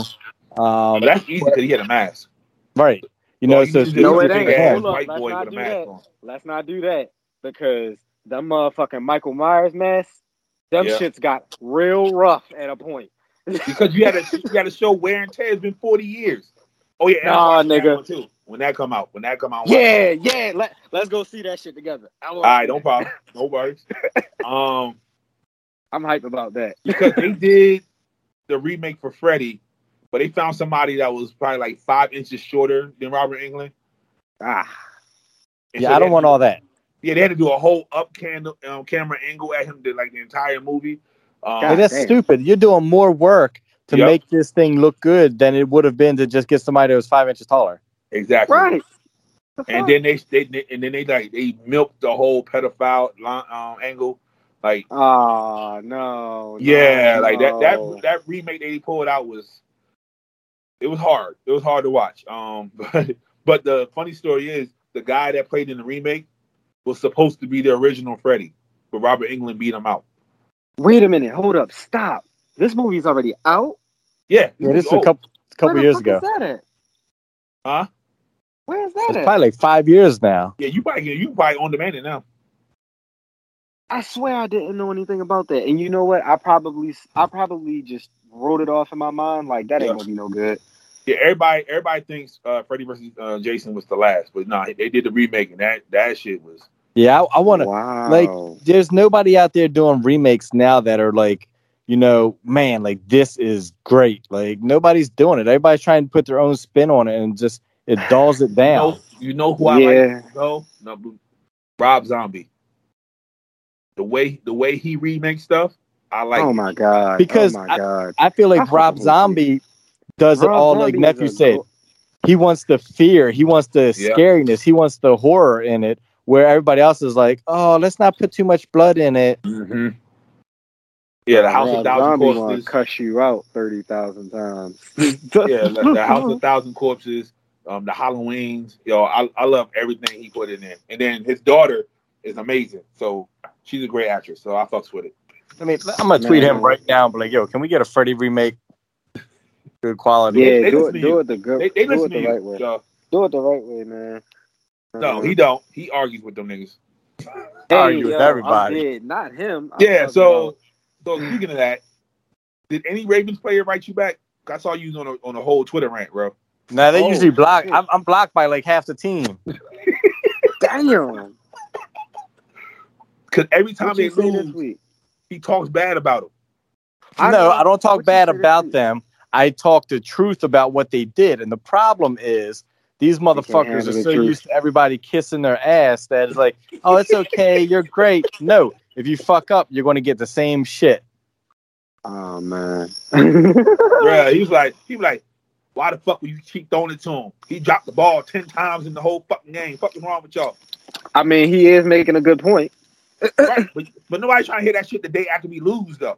[SPEAKER 4] Um,
[SPEAKER 2] But that's easy because he had a mask.
[SPEAKER 4] right. You
[SPEAKER 2] Well,
[SPEAKER 4] know,
[SPEAKER 2] you
[SPEAKER 4] so
[SPEAKER 2] just-
[SPEAKER 3] No,
[SPEAKER 2] you
[SPEAKER 3] it
[SPEAKER 2] just
[SPEAKER 3] ain't.
[SPEAKER 2] big ass
[SPEAKER 3] Hold up,
[SPEAKER 2] white
[SPEAKER 3] let's
[SPEAKER 2] boy
[SPEAKER 3] not
[SPEAKER 2] with a
[SPEAKER 3] do
[SPEAKER 2] mask
[SPEAKER 3] that.
[SPEAKER 2] on.
[SPEAKER 3] let's not do that because them motherfucking Michael Myers mask, them
[SPEAKER 2] Yeah.
[SPEAKER 3] shits got real rough at a point.
[SPEAKER 2] Because you had a you had a show wear and tear. It's been forty years. Oh yeah, and I'm
[SPEAKER 3] Nah,
[SPEAKER 2] watching that
[SPEAKER 3] nigga.
[SPEAKER 2] one, too. When that come out, when that come out, I'm watching
[SPEAKER 3] Yeah, yeah, let, let's go see that shit together. I
[SPEAKER 2] All right, no problem. No worries. Um,
[SPEAKER 3] I'm hype about that.
[SPEAKER 2] because they did the remake for Freddy, but they found somebody that was probably like five inches shorter than Robert England.
[SPEAKER 3] Ah,
[SPEAKER 2] And
[SPEAKER 4] yeah,
[SPEAKER 2] so
[SPEAKER 4] I
[SPEAKER 2] they
[SPEAKER 4] don't
[SPEAKER 2] had
[SPEAKER 4] want
[SPEAKER 2] to-
[SPEAKER 4] all that.
[SPEAKER 2] Yeah, they had to do a whole up candle, um, camera angle at him, did like the entire movie.
[SPEAKER 4] Like,
[SPEAKER 2] Um,
[SPEAKER 3] God.
[SPEAKER 4] that's
[SPEAKER 3] damn.
[SPEAKER 4] stupid. You're doing more work to
[SPEAKER 2] Yep.
[SPEAKER 4] make this thing look good than it would have been to just get somebody that was five inches taller.
[SPEAKER 2] exactly.
[SPEAKER 3] right.
[SPEAKER 2] and then they, they they- and then they like they milked the whole pedophile line, um, angle. Like
[SPEAKER 3] Oh no.
[SPEAKER 2] yeah,
[SPEAKER 3] no,
[SPEAKER 2] like that
[SPEAKER 3] no.
[SPEAKER 2] that that remake they pulled out was it was hard. It was hard to watch. Um, but but the funny story is the guy that played in the remake was supposed to be the original Freddy, but Robert England beat him out.
[SPEAKER 3] Wait a minute. Hold up. Stop. This movie's already out.
[SPEAKER 2] Yeah,
[SPEAKER 4] Yeah, this is a
[SPEAKER 2] old.
[SPEAKER 4] couple couple
[SPEAKER 3] Where the
[SPEAKER 4] years
[SPEAKER 3] fuck
[SPEAKER 4] ago.
[SPEAKER 3] Is that at?
[SPEAKER 2] Huh?
[SPEAKER 3] Where is that
[SPEAKER 4] It's
[SPEAKER 3] at?
[SPEAKER 4] probably like five years now.
[SPEAKER 2] Yeah, you probably you probably on demand it now.
[SPEAKER 3] I swear I didn't know anything about that. And you know what? I probably I probably just wrote it off in my mind. Like that ain't
[SPEAKER 2] Yeah.
[SPEAKER 3] gonna be no good.
[SPEAKER 2] Yeah, everybody everybody thinks uh, Freddy versus uh, Jason was the last, but nah, they did the remake and that that shit was
[SPEAKER 4] Yeah, I, I want to.
[SPEAKER 3] wow.
[SPEAKER 4] There's nobody out there doing remakes now that are like, you know, man, like this is great. Like nobody's doing it. Everybody's trying to put their own spin on it and just it dulls it
[SPEAKER 2] you
[SPEAKER 4] down.
[SPEAKER 2] know, you know who I like
[SPEAKER 3] yeah.
[SPEAKER 2] No, no, boo- Rob Zombie. The way the way he remakes stuff, I like.
[SPEAKER 3] oh
[SPEAKER 2] it.
[SPEAKER 3] my god.
[SPEAKER 4] Because
[SPEAKER 3] oh my god.
[SPEAKER 4] I feel
[SPEAKER 3] I
[SPEAKER 4] like
[SPEAKER 3] fucking
[SPEAKER 4] Rob
[SPEAKER 3] hate
[SPEAKER 4] Zombie does it
[SPEAKER 3] Rob
[SPEAKER 4] all.
[SPEAKER 3] Zombie
[SPEAKER 4] like
[SPEAKER 3] is
[SPEAKER 4] nephew
[SPEAKER 3] a
[SPEAKER 4] said,
[SPEAKER 3] go-
[SPEAKER 4] he wants the fear, he wants the
[SPEAKER 2] Yeah.
[SPEAKER 4] scariness, he wants the horror in it. Where everybody else is like, oh, let's not put too much blood in it.
[SPEAKER 2] Mhm. Yeah, the House
[SPEAKER 3] Rob
[SPEAKER 2] of Thousand
[SPEAKER 3] Zombie wanna
[SPEAKER 2] Corpses.
[SPEAKER 3] cuss you out thirty thousand times.
[SPEAKER 2] Yeah, the, the House of Thousand Corpses. Um, the Halloweens. Yo, I, I love everything he put in there. And then his daughter is amazing. So she's a great actress. So I fucks with it.
[SPEAKER 4] I mean, I'm gonna tweet him
[SPEAKER 3] Man.
[SPEAKER 4] right now, and be like, yo, can we get a Freddy remake? Good quality.
[SPEAKER 3] Yeah,
[SPEAKER 2] they
[SPEAKER 3] do
[SPEAKER 2] listen
[SPEAKER 3] it
[SPEAKER 2] to
[SPEAKER 3] do
[SPEAKER 2] you.
[SPEAKER 3] it the good
[SPEAKER 2] They, they
[SPEAKER 3] do
[SPEAKER 2] listen
[SPEAKER 3] it
[SPEAKER 2] to
[SPEAKER 3] the
[SPEAKER 2] you.
[SPEAKER 3] right way.
[SPEAKER 2] yo.
[SPEAKER 3] Do it the right way, man.
[SPEAKER 2] no,
[SPEAKER 3] Uh,
[SPEAKER 2] he don't. He argues with them niggas.
[SPEAKER 4] I argue with
[SPEAKER 3] yo, I
[SPEAKER 4] everybody.
[SPEAKER 3] did, Not him. I'm
[SPEAKER 2] Yeah.
[SPEAKER 3] talking
[SPEAKER 2] So
[SPEAKER 3] about-
[SPEAKER 2] so speaking of that, did any Ravens player write you back? I saw you on a on a whole Twitter rant, bro.
[SPEAKER 4] No, they
[SPEAKER 3] Oh,
[SPEAKER 4] usually block.
[SPEAKER 3] shit.
[SPEAKER 4] I'm, I'm blocked by like half the team.
[SPEAKER 3] damn.
[SPEAKER 2] Because every time
[SPEAKER 3] What you
[SPEAKER 2] they
[SPEAKER 3] say this
[SPEAKER 2] lose,
[SPEAKER 3] week?
[SPEAKER 2] he talks bad about him.
[SPEAKER 3] I
[SPEAKER 4] no,
[SPEAKER 3] know.
[SPEAKER 4] I don't talk
[SPEAKER 3] What you
[SPEAKER 4] bad
[SPEAKER 3] say to
[SPEAKER 4] about
[SPEAKER 3] me?
[SPEAKER 4] them. I talk the truth about what they did. And the problem is these motherfuckers
[SPEAKER 3] handle
[SPEAKER 4] are
[SPEAKER 3] the
[SPEAKER 4] so
[SPEAKER 3] truth.
[SPEAKER 4] used to everybody kissing their ass that it's like, oh, it's okay, you're great. No, if you fuck up, you're going to get the same shit.
[SPEAKER 3] Oh man.
[SPEAKER 2] Yeah, he was like, he was like, why the fuck would you keep throwing it to him? He dropped the ball ten times in the whole fucking game. Fucking wrong with y'all.
[SPEAKER 3] I mean, he is making a good point.
[SPEAKER 2] Right? but but nobody trying to hear that shit the day after we lose though.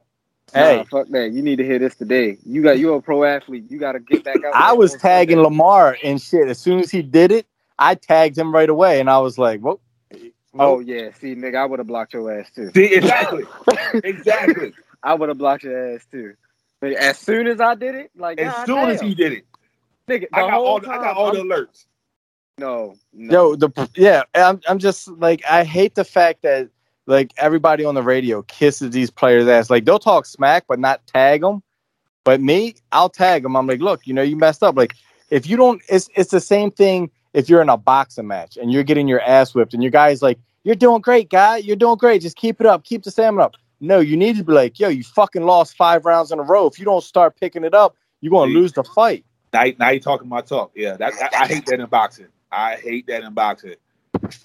[SPEAKER 3] Nah,
[SPEAKER 4] Hey,
[SPEAKER 3] fuck that. You need to hear this today. You got you a pro athlete. You got to get back out.
[SPEAKER 4] I
[SPEAKER 3] there
[SPEAKER 4] was
[SPEAKER 3] on
[SPEAKER 4] tagging
[SPEAKER 3] Sunday.
[SPEAKER 4] Lamar and shit. As soon as he did it, I tagged him right away. And I was like, whoa.
[SPEAKER 3] Oh yeah, see, nigga, I would have blocked your ass too.
[SPEAKER 2] See, exactly, exactly.
[SPEAKER 3] I would have blocked your ass too. But as soon as I did it, like
[SPEAKER 2] As soon as he did it,
[SPEAKER 3] nigga, the
[SPEAKER 2] I got
[SPEAKER 3] whole
[SPEAKER 2] all the,
[SPEAKER 3] time,
[SPEAKER 2] I got all the
[SPEAKER 3] I'm-
[SPEAKER 2] alerts.
[SPEAKER 3] no, no,
[SPEAKER 4] Yo, the yeah, I'm I'm just like I hate the fact that like everybody on the radio kisses these players' ass. Like they'll talk smack, but not tag them. But me, I'll tag them. I'm like, look, you know, you messed up. Like if you don't, it's it's the same thing. If you're in a boxing match and you're getting your ass whipped, and your guy's like, "You're doing great, guy. You're doing great. Just keep it up. Keep the stamina up." No, you need to be like, "Yo, you fucking lost five rounds in a row. If you don't start picking it up, you're gonna
[SPEAKER 2] See?
[SPEAKER 4] lose the fight."
[SPEAKER 2] Now, now you talking my talk. Yeah, that, I, I hate that in boxing. I hate that in boxing.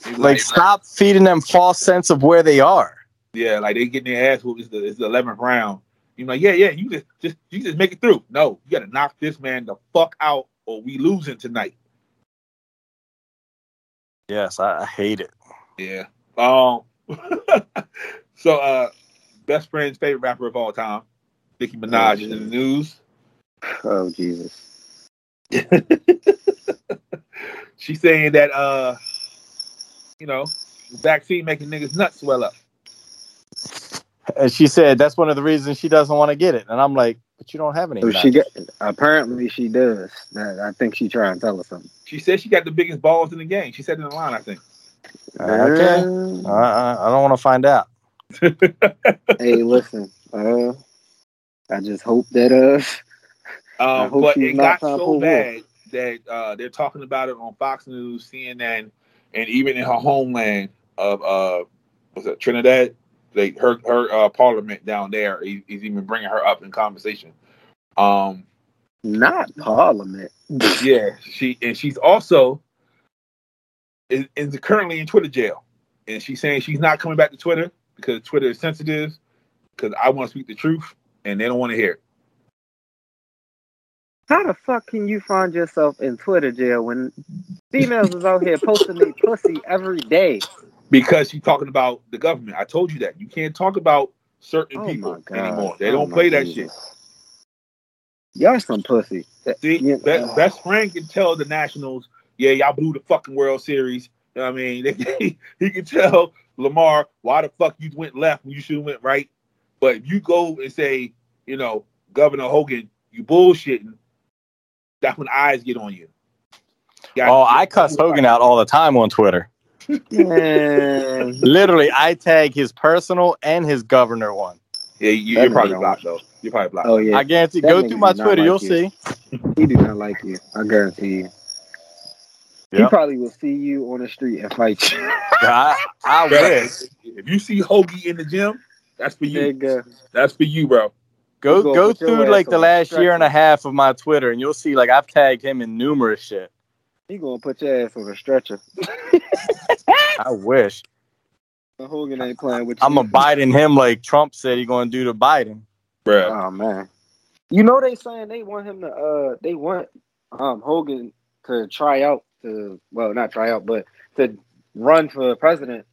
[SPEAKER 2] He was
[SPEAKER 4] Like, stop feeding them false sense of where they are.
[SPEAKER 2] Yeah, like they getting their ass whooped. It's the it's the eleventh round. You're like, yeah, yeah, you just just you just make it through. No, you gotta knock this man the fuck out, or we losing tonight.
[SPEAKER 4] Yes, I, I hate it.
[SPEAKER 2] Yeah. Um. so, uh, best friend's favorite rapper of all time, Nicki Minaj, is in the news.
[SPEAKER 3] oh Jesus.
[SPEAKER 2] She's saying that uh, you know, the vaccine making niggas nuts swell up.
[SPEAKER 4] And she said that's one of the reasons she doesn't want to get it. And I'm like, but you don't have any.
[SPEAKER 3] So
[SPEAKER 4] nuts."
[SPEAKER 3] she got, apparently she does. That I think she trying to tell us something.
[SPEAKER 2] She said she got the biggest balls in the game. She said it in the line, I think.
[SPEAKER 4] okay.
[SPEAKER 3] Uh,
[SPEAKER 4] Uh, uh, I don't want to find out.
[SPEAKER 3] hey, listen. Uh, I just hope that uh, I
[SPEAKER 2] Um,
[SPEAKER 3] hope
[SPEAKER 2] but
[SPEAKER 3] she's
[SPEAKER 2] it got
[SPEAKER 3] not trying to pull
[SPEAKER 2] so bad that uh, they're talking about it on Fox News, CNN, and even in her homeland of uh, what's that Trinidad? They her her uh, parliament down there is, is even bringing her up in conversation. Um,
[SPEAKER 3] not Parliament.
[SPEAKER 2] yeah, she and she's also is, is currently in Twitter jail, and she's saying she's not coming back to Twitter because Twitter is sensitive. Because I want to speak the truth, and they don't want to hear it.
[SPEAKER 3] How the fuck can you find yourself in Twitter jail when females is out here posting their pussy every day?
[SPEAKER 2] because she's talking about the government. I told you that you can't talk about certain
[SPEAKER 3] Oh my
[SPEAKER 2] people
[SPEAKER 3] god!
[SPEAKER 2] anymore. They
[SPEAKER 3] Oh
[SPEAKER 2] don't
[SPEAKER 3] my
[SPEAKER 2] play that
[SPEAKER 3] Jesus. Y'all some pussy. Uh,
[SPEAKER 2] shit. See,
[SPEAKER 3] Yeah.
[SPEAKER 2] Be- best friend can tell the Nationals, yeah, y'all blew the fucking World Series. You know what I mean, They- he can tell Lamar why the fuck you went left when you should have went right. But if you go and say, you know, Governor Hogan, you bullshitting, that's when eyes get on you. Yeah,
[SPEAKER 4] Oh, I cuss Hogan out all the time on Twitter.
[SPEAKER 3] Man,
[SPEAKER 4] Literally, I tag his personal and his governor one.
[SPEAKER 2] Yeah, you,
[SPEAKER 3] That
[SPEAKER 2] are
[SPEAKER 3] nigga
[SPEAKER 2] probably
[SPEAKER 3] don't-
[SPEAKER 2] blocked though. You're probably blocked.
[SPEAKER 3] oh yeah,
[SPEAKER 4] I guarantee.
[SPEAKER 3] That
[SPEAKER 4] Go
[SPEAKER 3] nigga
[SPEAKER 4] through my
[SPEAKER 3] do not
[SPEAKER 4] Twitter,
[SPEAKER 3] like
[SPEAKER 4] you'll
[SPEAKER 3] you.
[SPEAKER 4] see.
[SPEAKER 3] he do not like you. I guarantee you. He
[SPEAKER 4] Yep.
[SPEAKER 3] probably will see you on the street and fight you.
[SPEAKER 4] I, I wish.
[SPEAKER 2] If you see Hoagie in the gym, that's for you.
[SPEAKER 3] Nigga.
[SPEAKER 2] That's for you, bro.
[SPEAKER 3] We'll
[SPEAKER 4] Go
[SPEAKER 3] go
[SPEAKER 4] go
[SPEAKER 3] put your
[SPEAKER 4] through
[SPEAKER 3] ass
[SPEAKER 4] like
[SPEAKER 3] on
[SPEAKER 4] the
[SPEAKER 3] the
[SPEAKER 4] last year and
[SPEAKER 3] stretcher.
[SPEAKER 4] a half of my Twitter, and you'll see like I've tagged him in numerous shit.
[SPEAKER 3] He gonna put your ass on a stretcher.
[SPEAKER 4] I wish.
[SPEAKER 3] The Hogan ain't playing with you.
[SPEAKER 4] I'm a Biden him like Trump said he going to do to Biden.
[SPEAKER 2] Bro,
[SPEAKER 3] Oh man. You know they saying they want him to uh they want um Hogan to try out to well not try out but to run for president.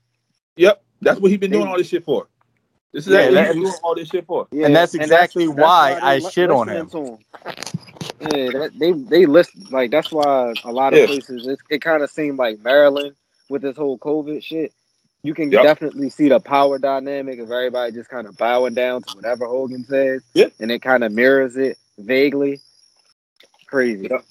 [SPEAKER 2] Yep, that's what he been doing all this shit for. This is
[SPEAKER 4] Yeah,
[SPEAKER 2] actually what
[SPEAKER 4] that-
[SPEAKER 2] he been doing all this shit for.
[SPEAKER 3] Yeah,
[SPEAKER 4] And that's exactly why
[SPEAKER 3] they
[SPEAKER 4] I
[SPEAKER 3] li-
[SPEAKER 4] shit on
[SPEAKER 3] listening to him. Yeah, that, they they list like that's why a lot of
[SPEAKER 2] Yeah.
[SPEAKER 3] places it, it kind of seemed like Maryland with this whole COVID shit. You can
[SPEAKER 2] Yep.
[SPEAKER 3] definitely see the power dynamic of everybody just kind of bowing down to whatever Hogan says,
[SPEAKER 2] Yeah.
[SPEAKER 3] and it kind of mirrors it vaguely. Crazy.
[SPEAKER 2] Yep.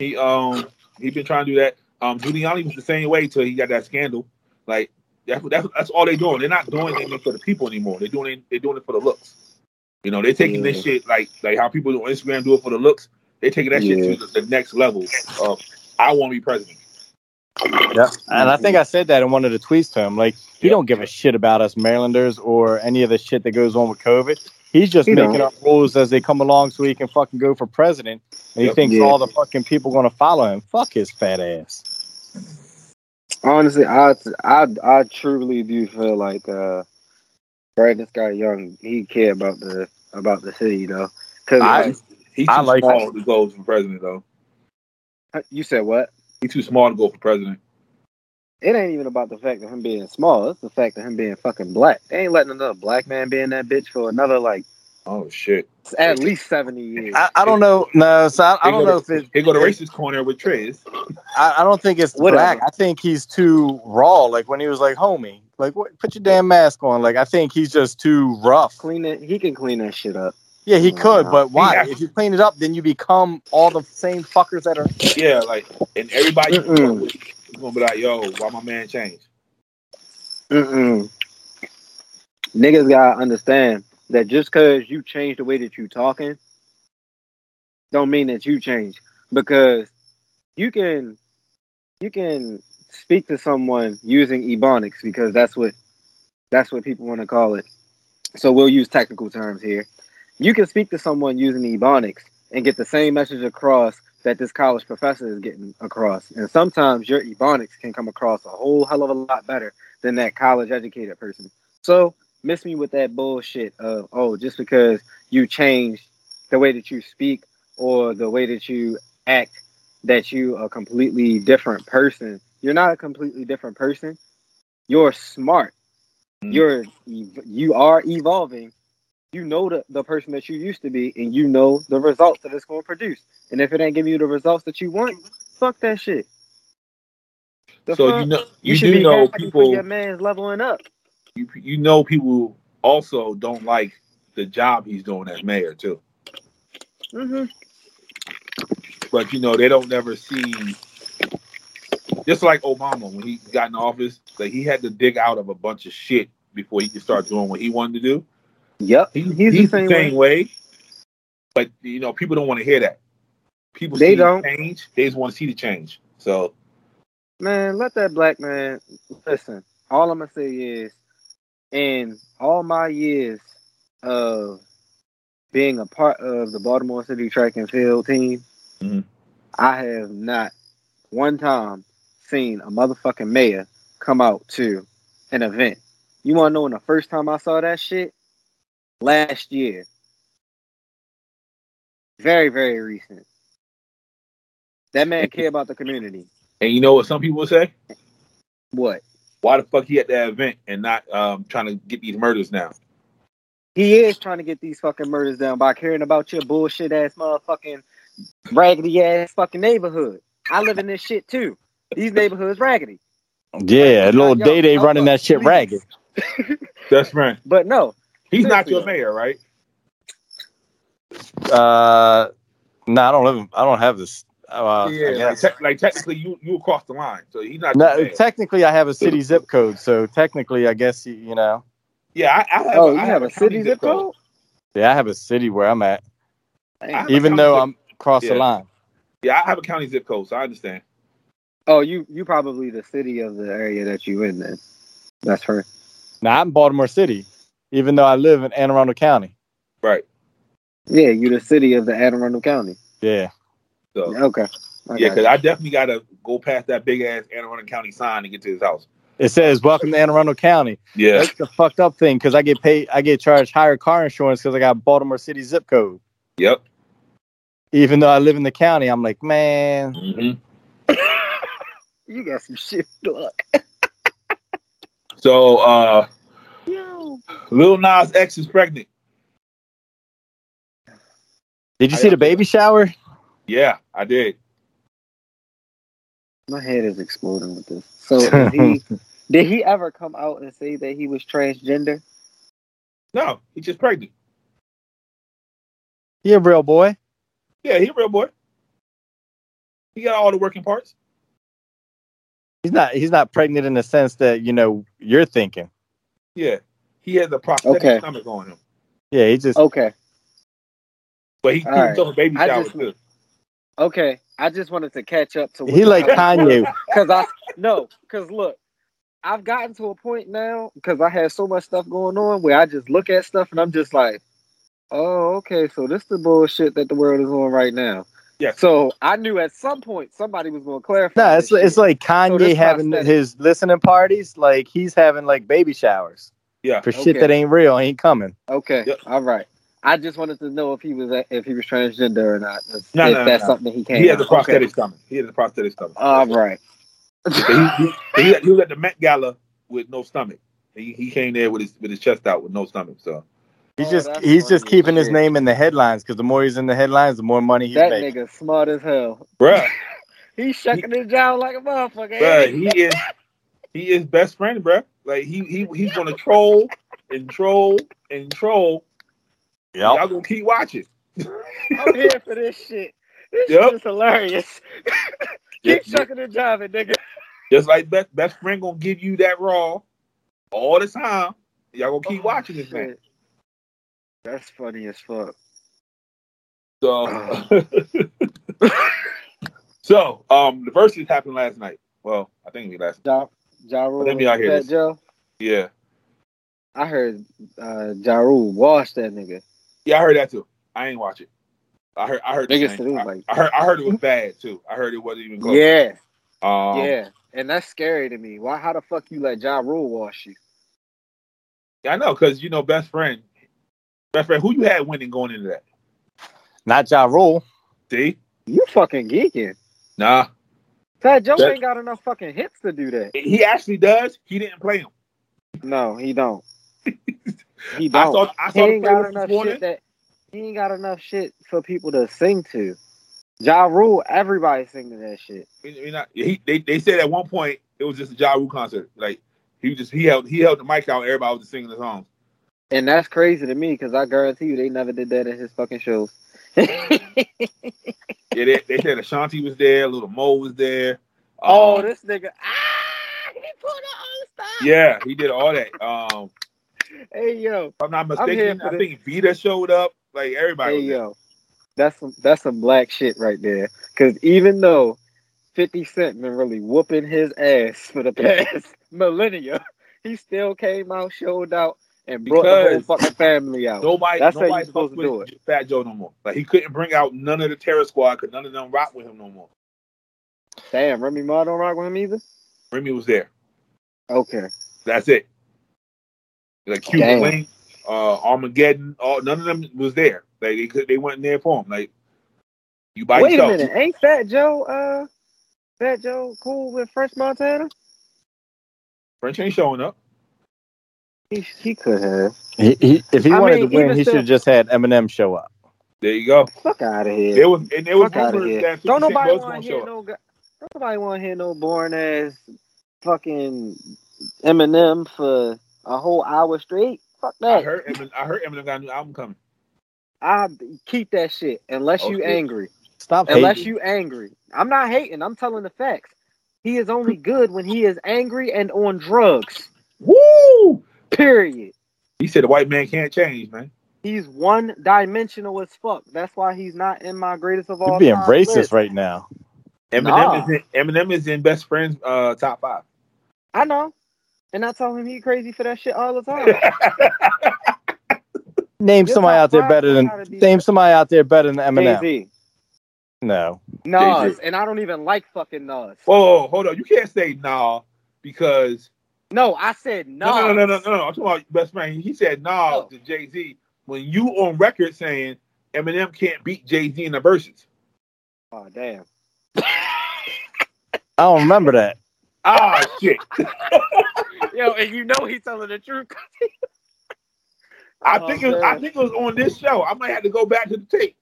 [SPEAKER 2] He um he been trying to do that. Um, Giuliani was the same way till he got that scandal. Like that's that's, that's all they doing. They're not doing anything for the people anymore. They're doing it, they're doing it for the looks. You know, they're taking this shit like like how people on Instagram do it for the looks. They're taking that
[SPEAKER 3] Yeah.
[SPEAKER 2] shit to the, the next level. Of I want to be president.
[SPEAKER 4] Yeah. And I think I said that in one of the tweets to him. Like he don't give a shit about us Marylanders or any of the shit that goes on with COVID. He's just
[SPEAKER 3] He
[SPEAKER 4] making
[SPEAKER 3] don't.
[SPEAKER 4] up rules as they come along so he can fucking go for president. And he
[SPEAKER 2] Yep.
[SPEAKER 4] thinks
[SPEAKER 3] Yeah.
[SPEAKER 4] all the fucking people going to follow him. Fuck his fat ass.
[SPEAKER 3] Honestly, I I I truly do feel like uh, Brad, this guy Young, he care about the about the city though. Cause
[SPEAKER 4] I-
[SPEAKER 3] like,
[SPEAKER 2] He's too
[SPEAKER 4] I like
[SPEAKER 2] small to go for president though.
[SPEAKER 3] you said what?
[SPEAKER 2] He's too small to go for president.
[SPEAKER 3] It ain't even about the fact of him being small. It's the fact of him being fucking black. They ain't letting another black man be in that bitch for another like
[SPEAKER 2] Oh shit!
[SPEAKER 3] at least seventy years.
[SPEAKER 4] I, I don't know. No, so I, I don't know if it,
[SPEAKER 2] Here go the racist corner with Trez.
[SPEAKER 4] I, I don't think it's
[SPEAKER 3] Whatever.
[SPEAKER 4] black. I think he's too raw. Like when he was like, "Homie, like what, put your damn mask on." Like I think he's just too rough.
[SPEAKER 3] clean it. He can clean that shit up.
[SPEAKER 4] Yeah, he could, but why?
[SPEAKER 2] Yeah.
[SPEAKER 4] If you clean it up, then you become all the same fuckers that are.
[SPEAKER 2] Yeah, like, and everybody you
[SPEAKER 3] Mm-mm.
[SPEAKER 2] fuck with, you gonna be like, yo, why my man changed?
[SPEAKER 3] Mm-mm. Niggas gotta understand that just cause you change the way that you talking, don't mean that you change. Because you can you can speak to someone using ebonics because that's what that's what people want to call it. So we'll use technical terms here. You can speak to someone using ebonics and get the same message across that this college professor is getting across. And sometimes your ebonics can come across a whole hell of a lot better than that college educated person. So miss me with that bullshit of oh, just because you change the way that you speak or the way that you act, that you a completely different person. You're not a completely different person. You're smart.
[SPEAKER 2] Mm.
[SPEAKER 3] You're ev- you are evolving. You know the, the person that you used to be, and you know the results that it's going to produce. And if it ain't giving you the results that you want, fuck that shit. The
[SPEAKER 2] so
[SPEAKER 3] fuck?
[SPEAKER 2] you know,
[SPEAKER 3] You,
[SPEAKER 2] you,
[SPEAKER 3] should
[SPEAKER 2] do
[SPEAKER 3] be
[SPEAKER 2] know
[SPEAKER 3] happy for
[SPEAKER 2] people,
[SPEAKER 3] your man's leveling up.
[SPEAKER 2] you, you know people also don't like the job he's doing as mayor too.
[SPEAKER 3] hmm
[SPEAKER 2] But you know, they don't never see. Just like Obama when he got in office, like he had to dig out of a bunch of shit before he could start doing what he wanted to do.
[SPEAKER 3] Yep,
[SPEAKER 2] He-
[SPEAKER 3] he's,
[SPEAKER 2] he's,
[SPEAKER 3] the same way.
[SPEAKER 2] way. But you know, people don't want to hear that. People
[SPEAKER 3] They
[SPEAKER 2] see the
[SPEAKER 3] don't.
[SPEAKER 2] change. They just want to see the change. So
[SPEAKER 3] Man, let that black man listen. All I'm gonna say is, in all my years of being a part of the Baltimore City track and field team,
[SPEAKER 2] Mhm.
[SPEAKER 3] I have not one time seen a motherfucking mayor come out to an event. You wanna know when the first time I saw that shit? Last year. Very, very recent. That man care about the community.
[SPEAKER 2] And you know what some people would say?
[SPEAKER 3] What?
[SPEAKER 2] Why the fuck he at that event and not um, trying to get these murders now?
[SPEAKER 3] He is trying to get these fucking murders down by caring about your bullshit ass motherfucking raggedy ass fucking neighborhood. I live in this shit too. These neighborhoods raggedy.
[SPEAKER 4] Yeah, little
[SPEAKER 3] Yo,
[SPEAKER 4] day day
[SPEAKER 3] hold
[SPEAKER 4] running
[SPEAKER 3] up,
[SPEAKER 4] that shit
[SPEAKER 3] please.
[SPEAKER 4] ragged.
[SPEAKER 2] That's right.
[SPEAKER 3] But no,
[SPEAKER 2] He's not your
[SPEAKER 3] Seriously.
[SPEAKER 2] mayor, right?
[SPEAKER 4] Uh, no, I don't live. I don't have this. Uh,
[SPEAKER 2] yeah.
[SPEAKER 4] I
[SPEAKER 2] Like,
[SPEAKER 4] guess.
[SPEAKER 2] tech like technically, you you across the line, so he's not.
[SPEAKER 4] no,
[SPEAKER 2] your mayor.
[SPEAKER 4] technically, I have a city zip code, so technically, I guess you, you know.
[SPEAKER 2] yeah, I, I have.
[SPEAKER 3] oh,
[SPEAKER 2] I
[SPEAKER 3] you have, a
[SPEAKER 2] county
[SPEAKER 3] city zip code?
[SPEAKER 4] Yeah, I have a city where I'm at,
[SPEAKER 2] I have a
[SPEAKER 4] even
[SPEAKER 2] county
[SPEAKER 4] though
[SPEAKER 2] zip-
[SPEAKER 4] I'm across
[SPEAKER 2] Yeah.
[SPEAKER 4] the line.
[SPEAKER 2] Yeah, I have a county zip code, so I understand.
[SPEAKER 3] Oh, you you probably the city of the area that you in then. That's her.
[SPEAKER 4] Now I'm Baltimore City, even though I live in Anne Arundel County.
[SPEAKER 2] Right.
[SPEAKER 3] Yeah, you the city of the Anne County.
[SPEAKER 4] Yeah,
[SPEAKER 2] So
[SPEAKER 3] Okay. Oh. I
[SPEAKER 2] yeah,
[SPEAKER 3] got
[SPEAKER 2] because
[SPEAKER 3] you.
[SPEAKER 2] I definitely got to go past that big ass Anne Arundel County sign to get to his house.
[SPEAKER 4] it says "Welcome to Anne Arundel County."
[SPEAKER 2] Yeah,
[SPEAKER 4] That's the fucked up thing because I get paid. I get charged higher car insurance because I got Baltimore City zip code.
[SPEAKER 2] yep.
[SPEAKER 4] Even though I live in the county, I'm like, man,
[SPEAKER 2] hmm
[SPEAKER 3] you got some shit luck.
[SPEAKER 2] So uh,
[SPEAKER 3] Yo.
[SPEAKER 2] Lil Nas X is pregnant.
[SPEAKER 4] did you
[SPEAKER 2] I
[SPEAKER 4] see the
[SPEAKER 2] don't-
[SPEAKER 4] baby shower?
[SPEAKER 2] Yeah, I did.
[SPEAKER 3] My head is exploding with this. So is he, did he ever come out and say that he was transgender?
[SPEAKER 2] No, he's just pregnant.
[SPEAKER 4] You a real boy?
[SPEAKER 2] Yeah, he a real boy. He got all the working parts.
[SPEAKER 4] He's not. He's not pregnant in the sense that you know you're thinking.
[SPEAKER 2] Yeah, he has a prosthetic
[SPEAKER 3] Okay.
[SPEAKER 2] stomach on him,
[SPEAKER 4] Yeah, he just.
[SPEAKER 3] Okay.
[SPEAKER 2] but he
[SPEAKER 3] All
[SPEAKER 2] keeps on baby
[SPEAKER 3] I
[SPEAKER 2] shower
[SPEAKER 3] just-
[SPEAKER 2] too.
[SPEAKER 3] Okay. I just wanted to catch up to
[SPEAKER 4] He like Kanye.
[SPEAKER 3] because I no, because look, I've gotten to a point now because I had so much stuff going on where I just look at stuff and I'm just like, oh, okay, so this the bullshit that the world is on right now.
[SPEAKER 2] Yeah.
[SPEAKER 3] So I knew at some point somebody was going to clarify.
[SPEAKER 4] no, it's
[SPEAKER 3] this
[SPEAKER 4] it's
[SPEAKER 3] shit.
[SPEAKER 4] like Kanye
[SPEAKER 3] this
[SPEAKER 4] having
[SPEAKER 3] prosthetic.
[SPEAKER 4] his listening parties. Like he's having like baby showers
[SPEAKER 2] Yeah,
[SPEAKER 4] for shit
[SPEAKER 3] Okay.
[SPEAKER 4] that ain't real. Ain't coming.
[SPEAKER 3] okay,
[SPEAKER 2] Yep.
[SPEAKER 3] all right. I just wanted to know if he was if he was transgender or not. If,
[SPEAKER 2] No,
[SPEAKER 3] if
[SPEAKER 2] no,
[SPEAKER 3] that's
[SPEAKER 2] no.
[SPEAKER 3] something he can't.
[SPEAKER 2] he has a prosthetic stomach. He has a prosthetic stomach.
[SPEAKER 3] All right.
[SPEAKER 2] So he, he, he, he was at the Met Gala with no stomach. He, he came there with his with his chest out with no stomach. So
[SPEAKER 4] He's
[SPEAKER 3] Oh,
[SPEAKER 4] just
[SPEAKER 3] that's
[SPEAKER 4] he's just
[SPEAKER 3] funny as
[SPEAKER 4] keeping his
[SPEAKER 3] shit.
[SPEAKER 4] name in the headlines because the more he's in the headlines, the more money he's
[SPEAKER 3] That
[SPEAKER 4] making.
[SPEAKER 3] nigga smart as hell.
[SPEAKER 2] bruh,
[SPEAKER 3] He's shucking his jaw like a motherfucker.
[SPEAKER 2] bruh, he is he is best friend, bruh. Like he he he's gonna troll and troll and troll. Y'all gonna keep watching.
[SPEAKER 3] I'm here for this shit. This
[SPEAKER 2] Yep.
[SPEAKER 3] shit is hilarious. Keep
[SPEAKER 2] Yep.
[SPEAKER 3] chucking and jiving, nigga.
[SPEAKER 2] Just like best best friend gonna give you that raw all the time. Y'all gonna keep watching this man.
[SPEAKER 3] Oh, Shit. That's funny as fuck.
[SPEAKER 2] So so um the verses happened last night. Well, I think it was last.
[SPEAKER 3] Ja, ja Rule.
[SPEAKER 2] Let me out here
[SPEAKER 3] Fat
[SPEAKER 2] this-
[SPEAKER 3] Joe.
[SPEAKER 2] Yeah,
[SPEAKER 3] I heard uh, Ja Rule wash that nigga.
[SPEAKER 2] yeah, I heard that too. I ain't watch it. I heard I heard the
[SPEAKER 3] Niggas
[SPEAKER 2] same.
[SPEAKER 3] said it was
[SPEAKER 2] I-
[SPEAKER 3] like-
[SPEAKER 2] I heard I heard it was bad too. I heard it wasn't even close.
[SPEAKER 3] Yeah,
[SPEAKER 2] Um,
[SPEAKER 3] yeah. And that's scary to me. Why? How the fuck you let Ja Rule wash you?
[SPEAKER 2] I know because you know best friend, best friend. Who you had winning going into that?
[SPEAKER 4] Not Ja Rule.
[SPEAKER 2] See,
[SPEAKER 3] You fucking geeking.
[SPEAKER 2] nah,
[SPEAKER 3] Fat Joe
[SPEAKER 2] That-
[SPEAKER 3] ain't got enough fucking hits to do that.
[SPEAKER 2] he actually does. He didn't play him.
[SPEAKER 3] No, he don't. He don't.
[SPEAKER 2] I saw I
[SPEAKER 3] he
[SPEAKER 2] saw the
[SPEAKER 3] ain't got
[SPEAKER 2] playlist
[SPEAKER 3] enough
[SPEAKER 2] this morning.
[SPEAKER 3] shit that he ain't got enough shit for people to sing to. Ja Rule, everybody singing that shit.
[SPEAKER 2] I mean, I- he, they, they said at one point it was just a Ja Rule concert. Like he was just he held he held the mic out. Everybody was just singing the songs.
[SPEAKER 3] And that's crazy to me because I guarantee you they never did that at his fucking shows.
[SPEAKER 2] Yeah, they, they said Ashanti was there, Little Mo was there.
[SPEAKER 3] oh,
[SPEAKER 2] Um,
[SPEAKER 3] this nigga. Ah, he pulled the old stuff.
[SPEAKER 2] yeah, he did all that. Um,
[SPEAKER 3] Hey, yo.
[SPEAKER 2] if I'm not
[SPEAKER 3] I'm here
[SPEAKER 2] mistaken,
[SPEAKER 3] for
[SPEAKER 2] I
[SPEAKER 3] this.
[SPEAKER 2] think Vita showed up. Like everybody,
[SPEAKER 3] Hey,
[SPEAKER 2] was there.
[SPEAKER 3] yo. That's some, that's some black shit right there. Because even though 50 Cent been really whooping his ass for the past millennia, he still came out, showed out, and brought
[SPEAKER 2] Because-
[SPEAKER 3] the whole fucking family out.
[SPEAKER 2] nobody,
[SPEAKER 3] That's how you
[SPEAKER 2] nobody's
[SPEAKER 3] supposed
[SPEAKER 2] supposed
[SPEAKER 3] to do
[SPEAKER 2] with Fat Joe no more. Like he couldn't bring out none of the Terror Squad because none of them rock with him no more.
[SPEAKER 3] Damn, Remy Ma don't rock with him either.
[SPEAKER 2] Remy was there.
[SPEAKER 3] Okay,
[SPEAKER 2] That's it. Like Cuban
[SPEAKER 3] Damn.
[SPEAKER 2] Link, uh, Armageddon, all none of them was there. Like they could, they weren't there for him. Like You by
[SPEAKER 3] Wait
[SPEAKER 2] yourself.
[SPEAKER 3] a minute, ain't Fat Joe uh Fat Joe cool with French Montana?
[SPEAKER 2] French ain't showing up.
[SPEAKER 3] He he could have.
[SPEAKER 4] He, he, if he
[SPEAKER 3] I
[SPEAKER 4] wanted
[SPEAKER 3] mean,
[SPEAKER 4] to win,
[SPEAKER 3] even
[SPEAKER 4] he
[SPEAKER 3] still-
[SPEAKER 4] should have just had Eminem show up.
[SPEAKER 2] There you go.
[SPEAKER 3] Fuck out of here.
[SPEAKER 2] There was and there was
[SPEAKER 3] Fuck outta
[SPEAKER 2] rumors
[SPEAKER 3] here.
[SPEAKER 2] that 50
[SPEAKER 3] Don't
[SPEAKER 2] Cent
[SPEAKER 3] nobody
[SPEAKER 2] was
[SPEAKER 3] want
[SPEAKER 2] gonna
[SPEAKER 3] to
[SPEAKER 2] show
[SPEAKER 3] hear
[SPEAKER 2] up.
[SPEAKER 3] no. go- Don't nobody want to hear no boring ass fucking Eminem for a whole hour straight. Fuck
[SPEAKER 2] I
[SPEAKER 3] that.
[SPEAKER 2] heard Eminem, I heard Eminem got a new album coming.
[SPEAKER 3] I keep that shit unless you
[SPEAKER 2] Okay.
[SPEAKER 3] angry.
[SPEAKER 4] Stop
[SPEAKER 3] Unless
[SPEAKER 4] hating.
[SPEAKER 3] you angry. I'm not hating. I'm telling the facts. He is only good when he is angry and on drugs.
[SPEAKER 2] Woo!
[SPEAKER 3] Period.
[SPEAKER 2] He said the white man can't change, man.
[SPEAKER 3] He's one dimensional as fuck. That's why he's not in my greatest of all.
[SPEAKER 4] You're being
[SPEAKER 3] time
[SPEAKER 4] racist
[SPEAKER 3] list.
[SPEAKER 4] right now.
[SPEAKER 2] Eminem
[SPEAKER 3] Nah.
[SPEAKER 2] is in, Eminem is in Best Friends uh, top five.
[SPEAKER 3] I know, and I tell him he crazy for that shit all the time.
[SPEAKER 4] Name
[SPEAKER 3] Your
[SPEAKER 4] somebody
[SPEAKER 3] top
[SPEAKER 4] out there
[SPEAKER 3] five
[SPEAKER 4] better than
[SPEAKER 3] gotta be-
[SPEAKER 4] name somebody out there better than Eminem.
[SPEAKER 3] Jay-Z.
[SPEAKER 4] No,
[SPEAKER 3] Nas,
[SPEAKER 2] Jay-Z.
[SPEAKER 3] and I don't even like fucking Nas.
[SPEAKER 2] Whoa, whoa, Oh, hold on. You can't say nah because
[SPEAKER 3] no, I said Nas. Oh.
[SPEAKER 2] no, no, no, no, no, no. I'm talking about Best Friend. He said nah to
[SPEAKER 3] No.
[SPEAKER 2] Jay Z when you on record saying Eminem can't beat Jay Z in the verses.
[SPEAKER 3] Oh damn.
[SPEAKER 4] I don't remember that.
[SPEAKER 2] Ah shit!
[SPEAKER 3] Yo, and you know he's telling the truth.
[SPEAKER 2] I
[SPEAKER 3] Oh,
[SPEAKER 2] think it was, I
[SPEAKER 3] man.
[SPEAKER 2] think it was on this show. I might have to go back to the tape.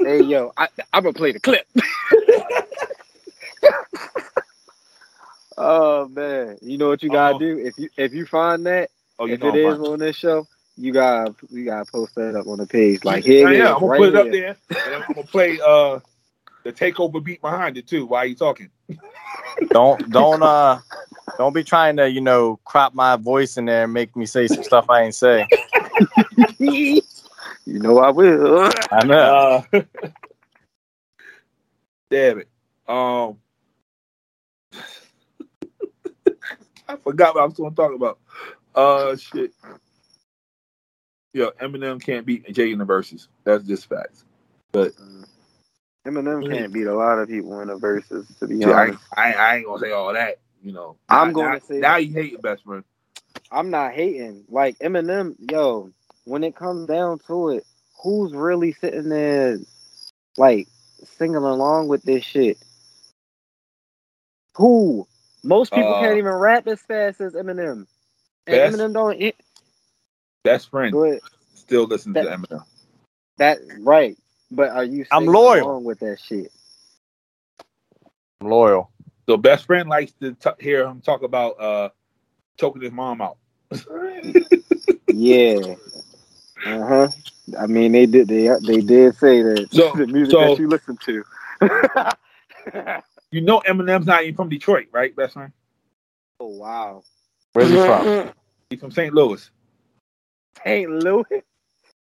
[SPEAKER 3] hey, yo, I, I'm gonna play the clip. oh man, you know what you gotta
[SPEAKER 2] Uh-oh.
[SPEAKER 3] do if you if you find that
[SPEAKER 2] Oh, you
[SPEAKER 3] if
[SPEAKER 2] know
[SPEAKER 3] it
[SPEAKER 2] I'm
[SPEAKER 3] is
[SPEAKER 2] fine.
[SPEAKER 3] on this show, you gotta you gotta post that up on the page. Like
[SPEAKER 2] yeah,
[SPEAKER 3] here, it is,
[SPEAKER 2] I'm gonna
[SPEAKER 3] right
[SPEAKER 2] put it up
[SPEAKER 3] here.
[SPEAKER 2] there, and I'm gonna play uh the takeover beat behind it too. While you talking,
[SPEAKER 4] Don't don't uh don't be trying to you know crop my voice in there and make me say some stuff I ain't say.
[SPEAKER 3] you know I will.
[SPEAKER 4] I know.
[SPEAKER 2] Uh, damn it. Um, I forgot what I was going to talk about. Uh, shit. Yo, Eminem can't beat Jay in the verses. That's just facts.
[SPEAKER 3] Eminem can't beat a lot of people in the verses. To be
[SPEAKER 2] Yeah, I,
[SPEAKER 3] honest,
[SPEAKER 2] I, I ain't gonna say all that. You know,
[SPEAKER 3] I'm
[SPEAKER 2] Now-
[SPEAKER 3] gonna
[SPEAKER 2] now,
[SPEAKER 3] say-
[SPEAKER 2] now you hate your best friend.
[SPEAKER 3] I'm not hating. Like Eminem, yo, when it comes down to it, who's really sitting there like singing along with this shit? Who? Most people
[SPEAKER 2] Uh,
[SPEAKER 3] can't even rap as fast as Eminem. And
[SPEAKER 2] Best-
[SPEAKER 3] Eminem don't it,
[SPEAKER 2] Best friend
[SPEAKER 3] but
[SPEAKER 2] still listens to
[SPEAKER 3] That-
[SPEAKER 2] Eminem.
[SPEAKER 3] that right. But are you
[SPEAKER 4] I'm
[SPEAKER 3] singing
[SPEAKER 4] loyal.
[SPEAKER 3] along with that shit?
[SPEAKER 4] I'm loyal.
[SPEAKER 2] So best friend likes to t- hear him talk about uh choking his mom out.
[SPEAKER 3] Yeah. Uh huh. I mean, they did. They they did say that
[SPEAKER 2] So-
[SPEAKER 3] the music
[SPEAKER 2] so-
[SPEAKER 3] that you listen to.
[SPEAKER 2] you know, Eminem's not even from Detroit, right? Best friend.
[SPEAKER 3] oh wow.
[SPEAKER 4] Where's he from?
[SPEAKER 2] He's from St. Louis,
[SPEAKER 3] St. Louis.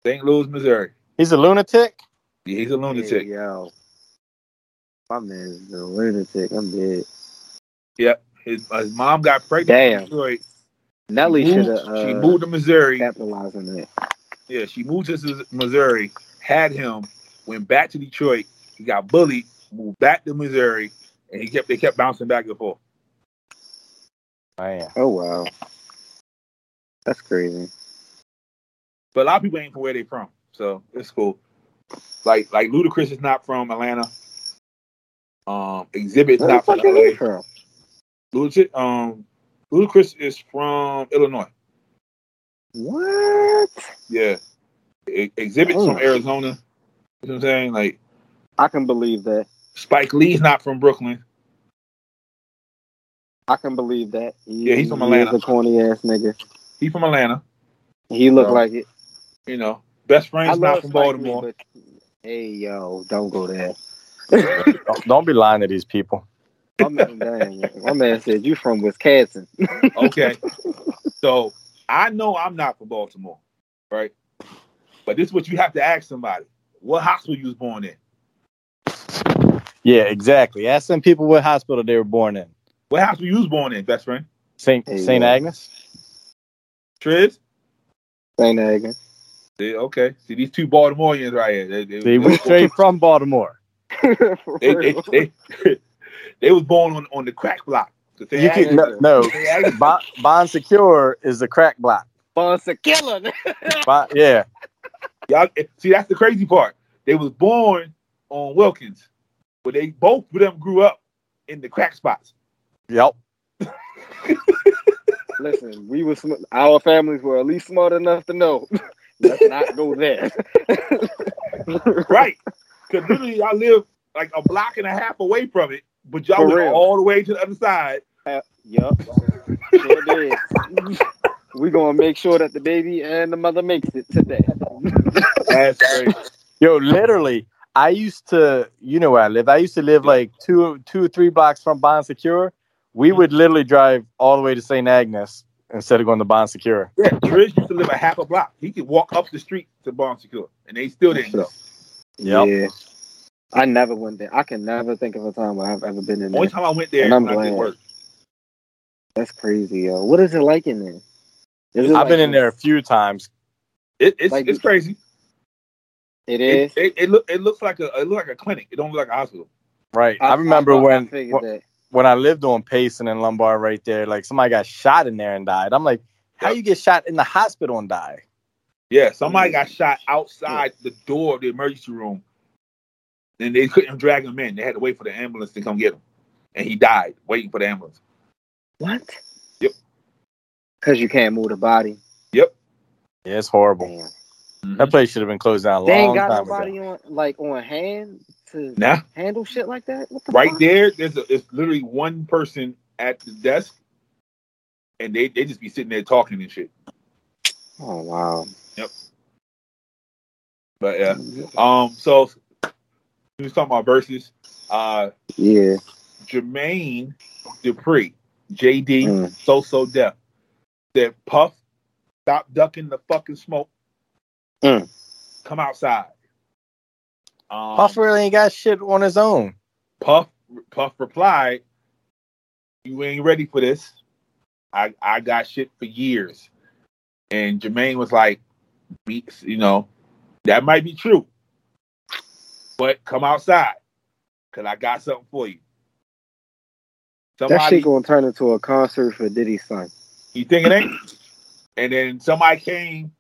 [SPEAKER 2] St. Louis, Missouri.
[SPEAKER 4] He's a lunatic.
[SPEAKER 2] Yeah, he's a
[SPEAKER 3] Hey,
[SPEAKER 2] lunatic.
[SPEAKER 3] yo, my man's a lunatic. I'm dead.
[SPEAKER 2] His, his mom got pregnant
[SPEAKER 3] Damn.
[SPEAKER 2] in Detroit.
[SPEAKER 3] Nelly
[SPEAKER 2] She
[SPEAKER 3] should
[SPEAKER 2] moved,
[SPEAKER 3] have
[SPEAKER 2] she
[SPEAKER 3] uh,
[SPEAKER 2] moved to Missouri.
[SPEAKER 3] capitalized on that.
[SPEAKER 2] Yeah, she moved to Sus- Missouri, had him, went back to Detroit. He got bullied, moved back to Missouri, and he kept they kept bouncing back and forth.
[SPEAKER 4] Man,
[SPEAKER 3] Oh wow, that's crazy.
[SPEAKER 2] But a lot of people ain't from where they from, so it's cool. Like like Ludacris is not from Atlanta. Um, Exhibit's
[SPEAKER 3] Where the
[SPEAKER 2] not from
[SPEAKER 3] fuck is he
[SPEAKER 2] LA.
[SPEAKER 3] from?
[SPEAKER 2] Ludac- um, Ludacris is from Illinois.
[SPEAKER 3] What?
[SPEAKER 2] Yeah. E- Exhibit's
[SPEAKER 3] Oh.
[SPEAKER 2] from Arizona. You know what I'm saying? Like
[SPEAKER 3] I can believe that.
[SPEAKER 2] Spike Lee's not from Brooklyn.
[SPEAKER 3] I can believe that. He-
[SPEAKER 2] Yeah, he's from
[SPEAKER 3] he
[SPEAKER 2] Atlanta.
[SPEAKER 3] is a corny ass nigga.
[SPEAKER 2] He's from Atlanta.
[SPEAKER 3] He looked
[SPEAKER 2] So,
[SPEAKER 3] like it.
[SPEAKER 2] You know, best
[SPEAKER 3] I
[SPEAKER 2] friend's
[SPEAKER 3] love
[SPEAKER 2] not from
[SPEAKER 3] Spike Lee,
[SPEAKER 2] Baltimore.
[SPEAKER 3] but- hey yo, don't go there.
[SPEAKER 4] don't, don't be lying to these people.
[SPEAKER 3] My man, dang, my man said you from Wisconsin.
[SPEAKER 2] okay, so I know I'm not from Baltimore, right? But this is what you have to ask somebody: What hospital you was born in?
[SPEAKER 4] Yeah, exactly. Ask them people what hospital they were born in.
[SPEAKER 2] What hospital you was born in, best friend?
[SPEAKER 4] Saint
[SPEAKER 3] Hey,
[SPEAKER 4] Saint
[SPEAKER 3] yeah.
[SPEAKER 4] Agnes.
[SPEAKER 2] Triz?
[SPEAKER 3] St. Agnes.
[SPEAKER 2] Yeah, okay. See these two Baltimoreans right here. They, they,
[SPEAKER 4] See, we straight from Baltimore.
[SPEAKER 3] For
[SPEAKER 2] they, they,
[SPEAKER 3] real.
[SPEAKER 2] they, they was born on, on the crack block. The St.
[SPEAKER 4] You
[SPEAKER 2] Agnes-
[SPEAKER 4] can, no, no.
[SPEAKER 2] St. Agnes-
[SPEAKER 4] Bon, Bond Secure is the crack block.
[SPEAKER 3] Bonds a killer.
[SPEAKER 4] Bon,
[SPEAKER 2] eh,
[SPEAKER 4] yeah,
[SPEAKER 2] Y'all, see, that's the crazy part. They was born on Wilkins, where they both of them grew up in the crack spots.
[SPEAKER 4] Yep.
[SPEAKER 3] Listen, we were sm- our families were at least smart enough to know. Let's not go there.
[SPEAKER 2] Right. Because literally, I live like a block and a half away from it, but y'all
[SPEAKER 3] For
[SPEAKER 2] went
[SPEAKER 3] real.
[SPEAKER 2] all the way to the other side.
[SPEAKER 3] Yup. Sure did. we gonna make sure that the baby and the mother makes it today.
[SPEAKER 2] That's crazy.
[SPEAKER 4] Yo, literally, I used to, you know where I lived. I used to live like two, two or three blocks from Bond Secure. We
[SPEAKER 3] Mm-hmm.
[SPEAKER 4] would literally drive all the way to St. Agnes instead of going to Bond Secure.
[SPEAKER 2] Yeah, Trish used to live a half a block. He could walk up the street to Bomb Secure, and they still didn't know.
[SPEAKER 4] Yep.
[SPEAKER 3] Yeah. I never went there. I can never think of a time where I've ever been in
[SPEAKER 2] Only
[SPEAKER 3] there.
[SPEAKER 2] time I went there,
[SPEAKER 3] And I'm
[SPEAKER 2] when I did
[SPEAKER 3] glad.
[SPEAKER 2] work.
[SPEAKER 3] That's crazy, yo. What is it like in there? Is it
[SPEAKER 4] I've
[SPEAKER 3] like-
[SPEAKER 4] been in there a few times.
[SPEAKER 2] It, it's
[SPEAKER 3] Like-
[SPEAKER 2] it's crazy. It,
[SPEAKER 3] It is.
[SPEAKER 2] it, it look it looks like a it look like a clinic. It don't look like a hospital.
[SPEAKER 4] Right. I, remember
[SPEAKER 3] I
[SPEAKER 4] when
[SPEAKER 3] figured
[SPEAKER 4] wh-
[SPEAKER 3] that.
[SPEAKER 4] when I lived on Payson and Lombard right there, like somebody got shot in there and died. I'm like, how you get shot in the hospital and die?
[SPEAKER 2] Yeah, somebody got shot outside the door of the emergency room, and they couldn't drag him in. They had to wait for the ambulance to come get him, and he died waiting for the ambulance.
[SPEAKER 3] What?
[SPEAKER 2] Yep.
[SPEAKER 3] Because you can't move the body.
[SPEAKER 4] Yeah, it's horrible.
[SPEAKER 3] Damn.
[SPEAKER 4] That place should have been closed down a
[SPEAKER 3] Mm-hmm. They ain't
[SPEAKER 4] long
[SPEAKER 3] got
[SPEAKER 4] time
[SPEAKER 3] nobody
[SPEAKER 4] ago.
[SPEAKER 3] on like on hand to
[SPEAKER 2] Now,
[SPEAKER 3] handle shit like that. What the
[SPEAKER 2] right
[SPEAKER 3] fuck?
[SPEAKER 2] there, there's a, it's literally one person at the desk, and they they just be sitting there talking and shit.
[SPEAKER 3] Oh wow.
[SPEAKER 2] But yeah, um, so we was talking about versus uh
[SPEAKER 3] Yeah.
[SPEAKER 2] Jermaine Dupree, JD,
[SPEAKER 3] Mm.
[SPEAKER 2] so so deaf. Said Puff, stop ducking the fucking smoke.
[SPEAKER 3] Mm.
[SPEAKER 2] Come outside. Um,
[SPEAKER 4] Puff really ain't got shit on his own.
[SPEAKER 2] Puff Puff replied, "You ain't ready for this. I I got shit for years." And Jermaine was like, "Be- "You know, that might be true, but come outside, cause I got something for you."
[SPEAKER 3] That
[SPEAKER 2] Somebody
[SPEAKER 3] shit gonna turn into a concert for Diddy's son.
[SPEAKER 2] you think it ain't? And then somebody came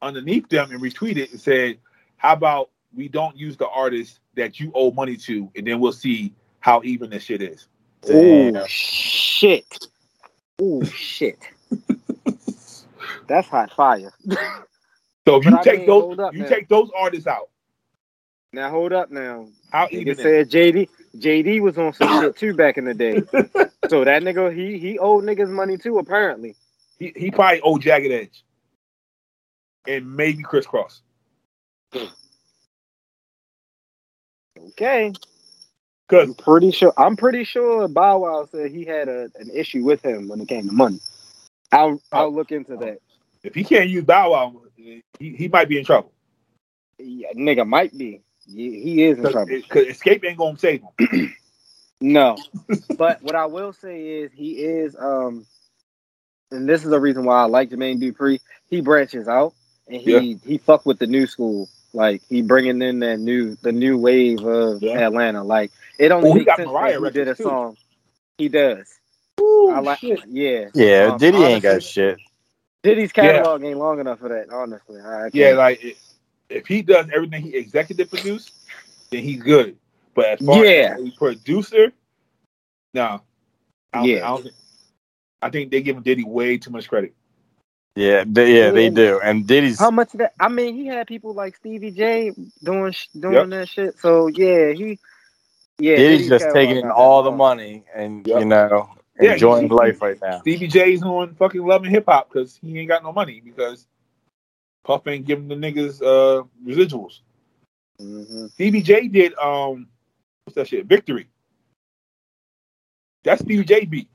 [SPEAKER 2] underneath them and retweeted and said, "How about we don't use the artist that you owe money to, and then we'll see how even this shit is."
[SPEAKER 4] Damn.
[SPEAKER 3] Oh shit. Oh shit. That's hot fire.
[SPEAKER 2] So if
[SPEAKER 3] But
[SPEAKER 2] you
[SPEAKER 3] I
[SPEAKER 2] take
[SPEAKER 3] mean,
[SPEAKER 2] those,
[SPEAKER 3] hold up
[SPEAKER 2] you
[SPEAKER 3] now.
[SPEAKER 2] take those artists out.
[SPEAKER 3] Now hold up now.
[SPEAKER 2] How even
[SPEAKER 3] Nigga
[SPEAKER 2] is it?
[SPEAKER 3] said JD JD was on some shit too back in the day. So that nigga he he owed niggas money too apparently.
[SPEAKER 2] he he probably owe Jagged Edge, and maybe Crisscross.
[SPEAKER 3] Okay. I'm
[SPEAKER 2] Because
[SPEAKER 3] pretty sure I'm pretty sure Bow Wow said he had a, an issue with him when it came to money. I'll I'll look into that.
[SPEAKER 2] if he can't use Bow Wow, he, he might be in trouble.
[SPEAKER 3] Yeah, nigga might be. He, he is in
[SPEAKER 2] Because
[SPEAKER 3] trouble.
[SPEAKER 2] Escape ain't gonna save him.
[SPEAKER 3] No. but what I will say is he is um and this is the reason why I like Jermaine Dupree. He branches out and he he fuck with the new school. Like he bringing in that new the new wave of
[SPEAKER 2] Yeah.
[SPEAKER 3] Atlanta. Like it only
[SPEAKER 2] Oh, he
[SPEAKER 3] makes
[SPEAKER 2] got
[SPEAKER 3] sense
[SPEAKER 2] Mariah
[SPEAKER 3] that he did a
[SPEAKER 2] records, too. Oh,
[SPEAKER 3] song. He does.
[SPEAKER 2] Ooh,
[SPEAKER 3] I like yeah.
[SPEAKER 4] Yeah,
[SPEAKER 3] Um,
[SPEAKER 4] Diddy ain't got
[SPEAKER 3] honestly-
[SPEAKER 4] shit.
[SPEAKER 3] Diddy's catalog ain't long enough for that, honestly. I can't-
[SPEAKER 2] Yeah, like if- if he does everything he executive produced, then he's good. But as far
[SPEAKER 3] Yeah.
[SPEAKER 2] as a producer, no, I don't,
[SPEAKER 3] Yeah.
[SPEAKER 2] I, don't think, I think they give Diddy way too much credit.
[SPEAKER 4] Yeah, they, yeah, they do. And Diddy's
[SPEAKER 3] How much of that? I mean, he had people like Stevie J doing sh- doing that shit. So yeah, he yeah. Diddy's
[SPEAKER 4] Diddy's just
[SPEAKER 3] catalog
[SPEAKER 4] taking
[SPEAKER 3] got
[SPEAKER 4] in
[SPEAKER 3] that
[SPEAKER 4] all the
[SPEAKER 3] long.
[SPEAKER 4] money and
[SPEAKER 2] Yep.
[SPEAKER 4] you know
[SPEAKER 2] Yeah,
[SPEAKER 4] enjoying
[SPEAKER 2] he-
[SPEAKER 4] life right now.
[SPEAKER 2] Stevie J's on fucking loving hip hop because he ain't got no money because Puff ain't giving the niggas uh, residuals.
[SPEAKER 3] Mhm.
[SPEAKER 2] Stevie J did um, what's that shit? Victory. That's Stevie J beat.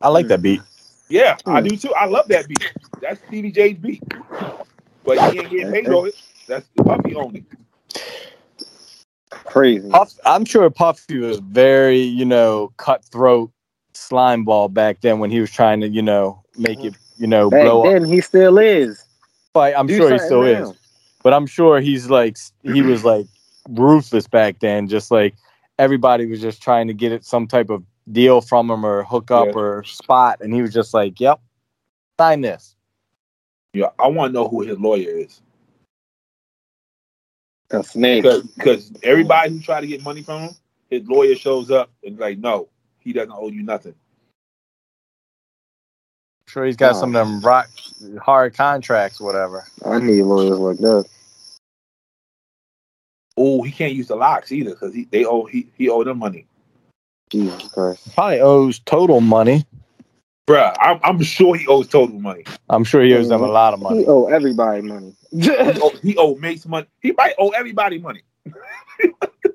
[SPEAKER 4] I like that beat.
[SPEAKER 2] Mm-hmm. Yeah, I do too. I love that beat. That's Stevie J's beat. But he ain't getting paid on it. That's the puppy on it.
[SPEAKER 3] Crazy.
[SPEAKER 4] Puff, I'm sure Puffy was very you know cutthroat slime ball back then when he was trying to you know make
[SPEAKER 2] Mm-hmm.
[SPEAKER 4] it you know
[SPEAKER 3] Back
[SPEAKER 4] blow up.
[SPEAKER 3] then, he still is.
[SPEAKER 4] But I'm
[SPEAKER 3] Do
[SPEAKER 4] sure he
[SPEAKER 3] something
[SPEAKER 4] still
[SPEAKER 3] now.
[SPEAKER 4] is. But I'm sure he's like he was
[SPEAKER 2] Mm-hmm.
[SPEAKER 4] like ruthless back then. Just like everybody was just trying to get it some type of deal from him or hook up
[SPEAKER 2] Yeah.
[SPEAKER 4] or spot, and he was just like, "Yep, sign this."
[SPEAKER 2] Yeah, I want to know who his lawyer is.
[SPEAKER 3] A snake.
[SPEAKER 2] because everybody who tried to get money from him, his lawyer shows up and like, no, he doesn't owe you nothing.
[SPEAKER 4] sure he's got
[SPEAKER 3] Oh.
[SPEAKER 4] some of them rock hard contracts, whatever.
[SPEAKER 3] I need lawyers like that.
[SPEAKER 2] Oh, he can't use the locks either because he they owe he he owe them money,
[SPEAKER 3] Jesus Christ.
[SPEAKER 4] Probably owes total money.
[SPEAKER 2] bruh. I'm I'm sure he owes total money.
[SPEAKER 4] I'm sure he owes them a lot of
[SPEAKER 3] He
[SPEAKER 4] money.
[SPEAKER 3] owe everybody money.
[SPEAKER 2] He owe, he owe Mace money. He might owe everybody money.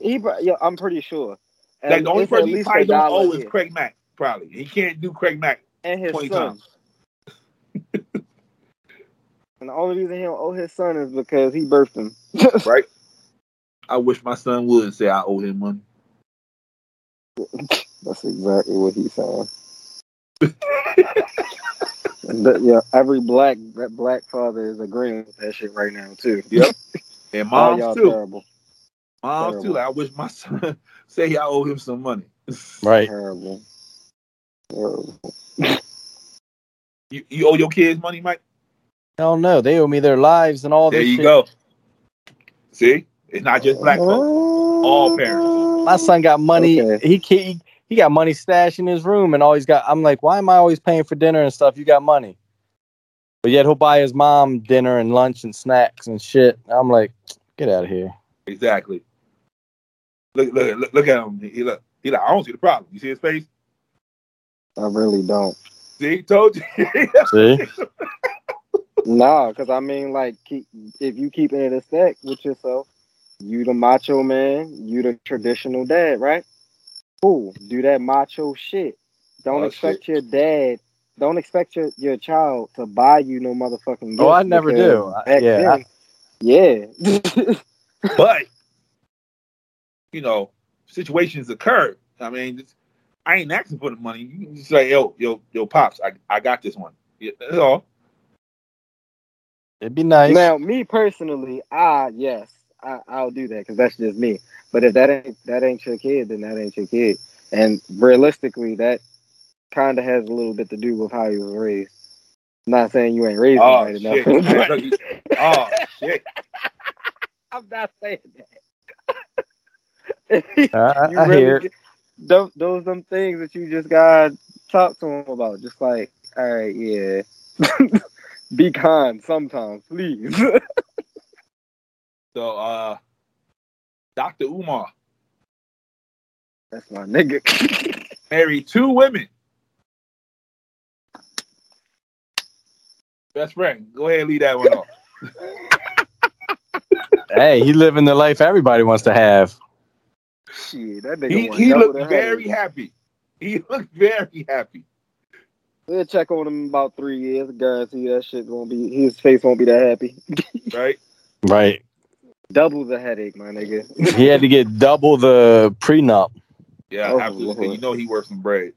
[SPEAKER 3] He, pro- yo, I'm pretty sure. And
[SPEAKER 2] Like the only
[SPEAKER 3] it's at
[SPEAKER 2] person he
[SPEAKER 3] least
[SPEAKER 2] probably
[SPEAKER 3] a
[SPEAKER 2] don't
[SPEAKER 3] dollar
[SPEAKER 2] owe is
[SPEAKER 3] here.
[SPEAKER 2] Craig Mack. Probably he can't do Craig Mack.
[SPEAKER 3] and his
[SPEAKER 2] 20
[SPEAKER 3] son.
[SPEAKER 2] times.
[SPEAKER 3] and the only reason he don't owe his son is because he birthed him.
[SPEAKER 2] I wish my son would say I owe him money.
[SPEAKER 3] That's exactly what he said. And that- yeah, every black that black father is agreeing with that shit right now too.
[SPEAKER 2] Yep. And
[SPEAKER 3] All
[SPEAKER 2] moms
[SPEAKER 3] y'all
[SPEAKER 2] too.
[SPEAKER 3] terrible,
[SPEAKER 2] Moms Oh, too.
[SPEAKER 3] terrible.
[SPEAKER 2] Like, I wish my son say I owe him some money.
[SPEAKER 4] Right.
[SPEAKER 3] terrible, terrible.
[SPEAKER 2] You, you owe your kids money, Mike.
[SPEAKER 4] Hell no, they owe me their lives and all
[SPEAKER 2] There
[SPEAKER 4] this
[SPEAKER 2] you
[SPEAKER 4] shit.
[SPEAKER 2] go. See, it's not just black
[SPEAKER 4] Uh-huh.
[SPEAKER 2] folks. All parents.
[SPEAKER 4] My son got money.
[SPEAKER 3] Okay.
[SPEAKER 4] He can't. He, he got money stashed in his room, and always got. I'm like, why am I always paying for dinner and stuff? You got money, but yet he'll buy his mom dinner and lunch and snacks and shit. I'm like, get out of here.
[SPEAKER 2] Exactly. Look, look, look, look at him. He, he look. He like I don't see the problem. You see his face.
[SPEAKER 3] I really don't.
[SPEAKER 2] See, told you.
[SPEAKER 4] See,
[SPEAKER 3] Nah, because I mean, like, keep, if you keep it in a stack with yourself, you the macho man, you the traditional dad, right? Cool. Do that macho shit. Don't
[SPEAKER 2] Oh,
[SPEAKER 3] expect your dad. Don't expect your, your child to buy you no motherfucking.
[SPEAKER 4] Oh, I
[SPEAKER 3] gifts
[SPEAKER 4] never
[SPEAKER 3] because
[SPEAKER 4] do. I-
[SPEAKER 3] back
[SPEAKER 4] yeah,
[SPEAKER 3] then-
[SPEAKER 4] I-
[SPEAKER 3] yeah.
[SPEAKER 2] but you know, situations occur. I mean, it's- I ain't asking for the money. You can just say, yo, yo, yo, pops, I, I got this one. Yeah, that's all.
[SPEAKER 4] it'd be nice.
[SPEAKER 3] now, me personally, I yes, I, I'll do that because that's just me. But if that ain't that ain't your kid, then that ain't your kid. And realistically, that kind of has a little bit to do with how you was raised. not saying you ain't raised
[SPEAKER 2] Oh
[SPEAKER 3] right
[SPEAKER 2] shit!
[SPEAKER 3] enough.
[SPEAKER 2] Look, you- oh shit!
[SPEAKER 3] I'm not saying that.
[SPEAKER 4] I, I,
[SPEAKER 3] you
[SPEAKER 4] I
[SPEAKER 3] really
[SPEAKER 4] hear. it.
[SPEAKER 3] ju- tho- those them things that you just gotta talk to them about. Just like, all right, yeah. Be kind sometimes, please.
[SPEAKER 2] So, uh, Doctor Umar
[SPEAKER 3] That's my nigga.
[SPEAKER 2] married two women. Best friend, go ahead, and leave that one off.
[SPEAKER 4] Hey, he living the life everybody wants to have.
[SPEAKER 3] Shit, that nigga.
[SPEAKER 2] He
[SPEAKER 3] won
[SPEAKER 2] he
[SPEAKER 3] double the
[SPEAKER 2] looked
[SPEAKER 3] hat.
[SPEAKER 2] very happy. He looked very happy.
[SPEAKER 3] We'll check on him in about three years. Guarantee that shit won't be. His face won't be that happy.
[SPEAKER 2] Right?
[SPEAKER 4] Right.
[SPEAKER 3] Double the headache, my nigga.
[SPEAKER 4] He had to get double the prenup.
[SPEAKER 2] Yeah,
[SPEAKER 3] Oh,
[SPEAKER 2] absolutely. 'cause
[SPEAKER 3] Lord.
[SPEAKER 2] You know he works some bread.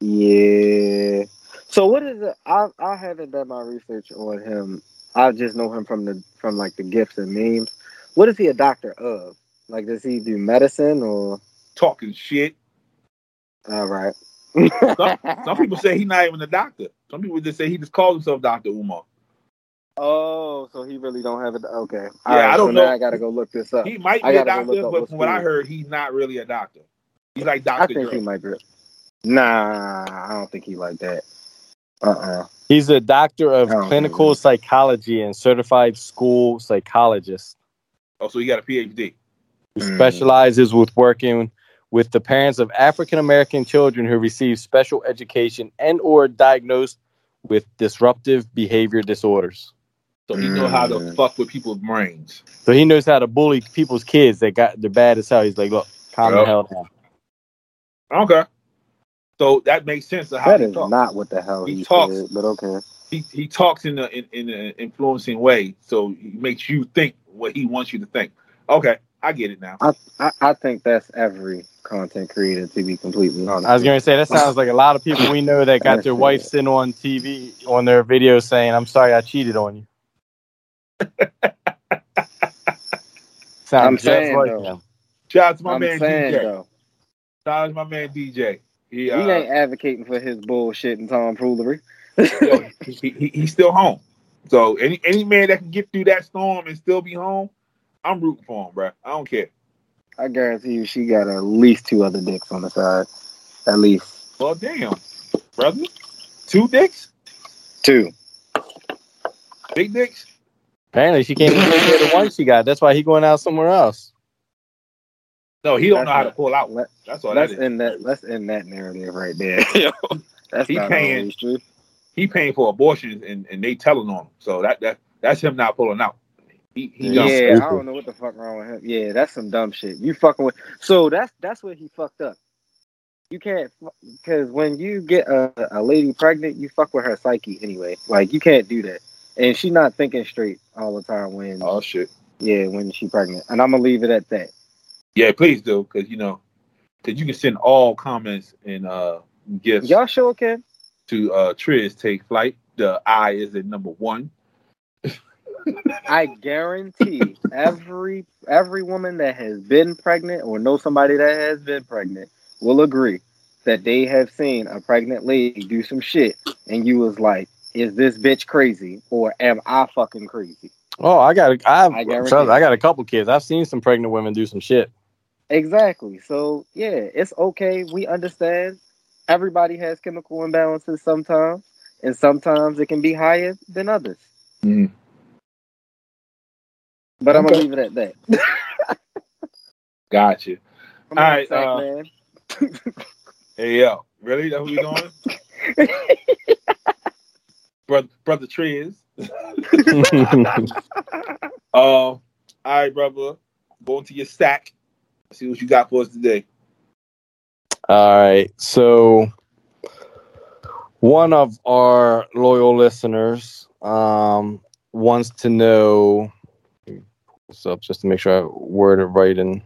[SPEAKER 3] yeah. So what is it? I I haven't done my research on him. I just know him from the from like the gifts and memes. What is he a doctor of? Like, does he do medicine or?
[SPEAKER 2] Talking shit.
[SPEAKER 3] All right.
[SPEAKER 2] Some, some people say he's not even a doctor. Some people just say he just calls himself Doctor Umar.
[SPEAKER 3] Oh, so he really don't have it. Okay. Yeah,
[SPEAKER 2] I don't
[SPEAKER 3] so
[SPEAKER 2] know.
[SPEAKER 3] Now I gotta go look this up.
[SPEAKER 2] He might
[SPEAKER 3] I
[SPEAKER 2] be a
[SPEAKER 3] gotta go look
[SPEAKER 2] doctor,
[SPEAKER 3] up
[SPEAKER 2] but
[SPEAKER 3] what's
[SPEAKER 2] from what I
[SPEAKER 3] good.
[SPEAKER 2] heard, he's not really a doctor. He's like
[SPEAKER 3] I
[SPEAKER 2] Doctor
[SPEAKER 3] think he
[SPEAKER 2] Dre.
[SPEAKER 3] might be. Nah, I don't think he like that. Uh uh
[SPEAKER 4] He's a doctor of
[SPEAKER 3] I don't
[SPEAKER 4] clinical
[SPEAKER 3] know.
[SPEAKER 4] psychology and certified school psychologist.
[SPEAKER 2] Oh, so he got a PhD.
[SPEAKER 4] who
[SPEAKER 3] Mm.
[SPEAKER 4] specializes with working with the parents of African American children who receive special education and or diagnosed with disruptive behavior disorders.
[SPEAKER 2] So he know how to
[SPEAKER 3] Mm.
[SPEAKER 2] fuck with people's brains.
[SPEAKER 4] So he knows how to bully people's kids that got they're bad as hell. He's like, look, calm the
[SPEAKER 2] Yep.
[SPEAKER 4] hell down.
[SPEAKER 2] Okay. So that makes sense of how
[SPEAKER 3] That
[SPEAKER 2] he
[SPEAKER 3] is
[SPEAKER 2] talks.
[SPEAKER 3] not what the hell
[SPEAKER 2] He
[SPEAKER 3] he,
[SPEAKER 2] talks.
[SPEAKER 3] said, but okay.
[SPEAKER 2] he, he talks in a in, in an influencing way, so he makes you think what he wants you to think. Okay, I get it now.
[SPEAKER 3] I, I think that's every content creator, to be completely honest.
[SPEAKER 4] I was gonna say that sounds like a lot of people we know that got their wife sitting on TV on their video saying, I'm sorry I cheated on you. Sounds
[SPEAKER 3] I'm
[SPEAKER 4] just
[SPEAKER 3] saying,
[SPEAKER 4] like
[SPEAKER 3] though.
[SPEAKER 4] him.
[SPEAKER 2] Shout out to my
[SPEAKER 3] I'm
[SPEAKER 2] man
[SPEAKER 3] saying
[SPEAKER 2] DJ.
[SPEAKER 3] though,
[SPEAKER 2] Shout out to my man DJ. He, uh,
[SPEAKER 3] he ain't advocating for his bullshit and tomfoolery.
[SPEAKER 2] yo, he, he, he's still home. So any any man that can get through that storm and still be home, I'm rooting for him, bro. I don't care.
[SPEAKER 3] I guarantee you, she got at least two other dicks on the side. At least
[SPEAKER 2] Well, damn, brother, two dicks,
[SPEAKER 3] two.
[SPEAKER 2] big dicks.
[SPEAKER 4] Apparently, she can't even take care of the one she got. That's why he going out somewhere else.
[SPEAKER 2] No, he don't
[SPEAKER 3] That's
[SPEAKER 2] know how to
[SPEAKER 3] not-
[SPEAKER 2] pull out.
[SPEAKER 3] Let,
[SPEAKER 2] That's all that
[SPEAKER 3] let's
[SPEAKER 2] is.
[SPEAKER 3] end that. Let's end that narrative right there. That's
[SPEAKER 2] He
[SPEAKER 3] not
[SPEAKER 2] paying.
[SPEAKER 3] always true.
[SPEAKER 2] He paying for abortions and, and they telling on him. So that that that's him not pulling out. He he
[SPEAKER 3] Yeah,
[SPEAKER 2] dumb.
[SPEAKER 4] Yeah.
[SPEAKER 3] I don't know what the fuck wrong with him. Yeah, that's some dumb shit. You fucking with. So that's that's what he fucked up. You can't because when you get a, a lady pregnant, you fuck with her psyche anyway. Like you can't do that, and she not thinking straight all the time when
[SPEAKER 2] Oh shit.
[SPEAKER 3] yeah when she pregnant. And I'm gonna leave it at that.
[SPEAKER 2] Yeah, please do, because you know, because you can send all comments and uh gifts
[SPEAKER 3] Y'all sure can.
[SPEAKER 2] to uh Triz Take Flight. The I is at number one.
[SPEAKER 3] I guarantee every every woman that has been pregnant or know somebody that has been pregnant will agree that they have seen a pregnant lady do some shit and you was like, is this bitch crazy or am I fucking crazy?
[SPEAKER 4] Oh, I got a, I've,
[SPEAKER 3] I
[SPEAKER 4] I,
[SPEAKER 3] guarantee
[SPEAKER 4] trust- I got a couple kids. I've seen some pregnant women do some shit.
[SPEAKER 3] Exactly. So yeah, it's okay. We understand everybody has chemical imbalances sometimes, and sometimes it can be higher than others.
[SPEAKER 2] Mm.
[SPEAKER 3] But I'm
[SPEAKER 2] Okay.
[SPEAKER 3] gonna leave it at that.
[SPEAKER 2] Gotcha.
[SPEAKER 3] Come on,
[SPEAKER 2] All right,
[SPEAKER 3] sack
[SPEAKER 2] uh,
[SPEAKER 3] man.
[SPEAKER 2] Hey yo, really? That's what we going? brother brother Triz. Uh all right, brother. Go into your stack. See what you got for us today.
[SPEAKER 4] All right. So one of our loyal listeners um, wants to know what's up just to make sure I word it right and